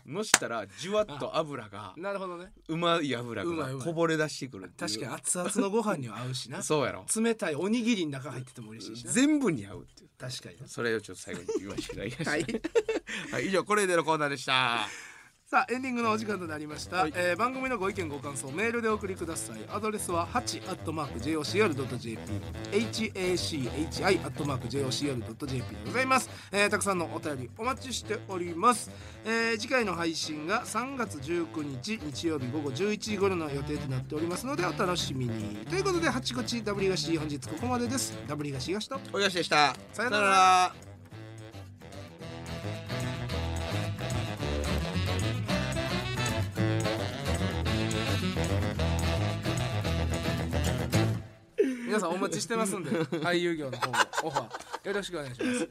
[SPEAKER 2] のしたらじゅわっと油が、
[SPEAKER 1] なるほどね
[SPEAKER 2] うまい油
[SPEAKER 1] うまいう
[SPEAKER 2] が
[SPEAKER 1] まい
[SPEAKER 2] こぼれ出してくるっていう
[SPEAKER 1] 確かに熱々のご飯には合う しな
[SPEAKER 2] そうやろ。
[SPEAKER 1] 冷たいおにぎりの中入ってても嬉しいしな
[SPEAKER 2] 全部に合うっていう。
[SPEAKER 1] 確かに
[SPEAKER 2] それをちょっと最後に言わせていただきました。
[SPEAKER 1] はい
[SPEAKER 2] はい、以上、これでのコーナーでした。
[SPEAKER 1] さあエンディングのお時間となりました、えー番組のご意見ご感想メールでお送りくださいアドレスは 8-jocr.jp hachi-jocr.jp でございます、えーたくさんのお便りお待ちしております、えー次回の配信が3月19日日曜日午後11時頃の予定となっておりますのでお楽しみにということでハチコチダブリガシ本日ここまでですダブリガシ東と
[SPEAKER 2] およしでした。
[SPEAKER 1] さよなら
[SPEAKER 2] ら。
[SPEAKER 1] 皆さんお待ちしてますんで俳優業の方もオファーよろしくお願いします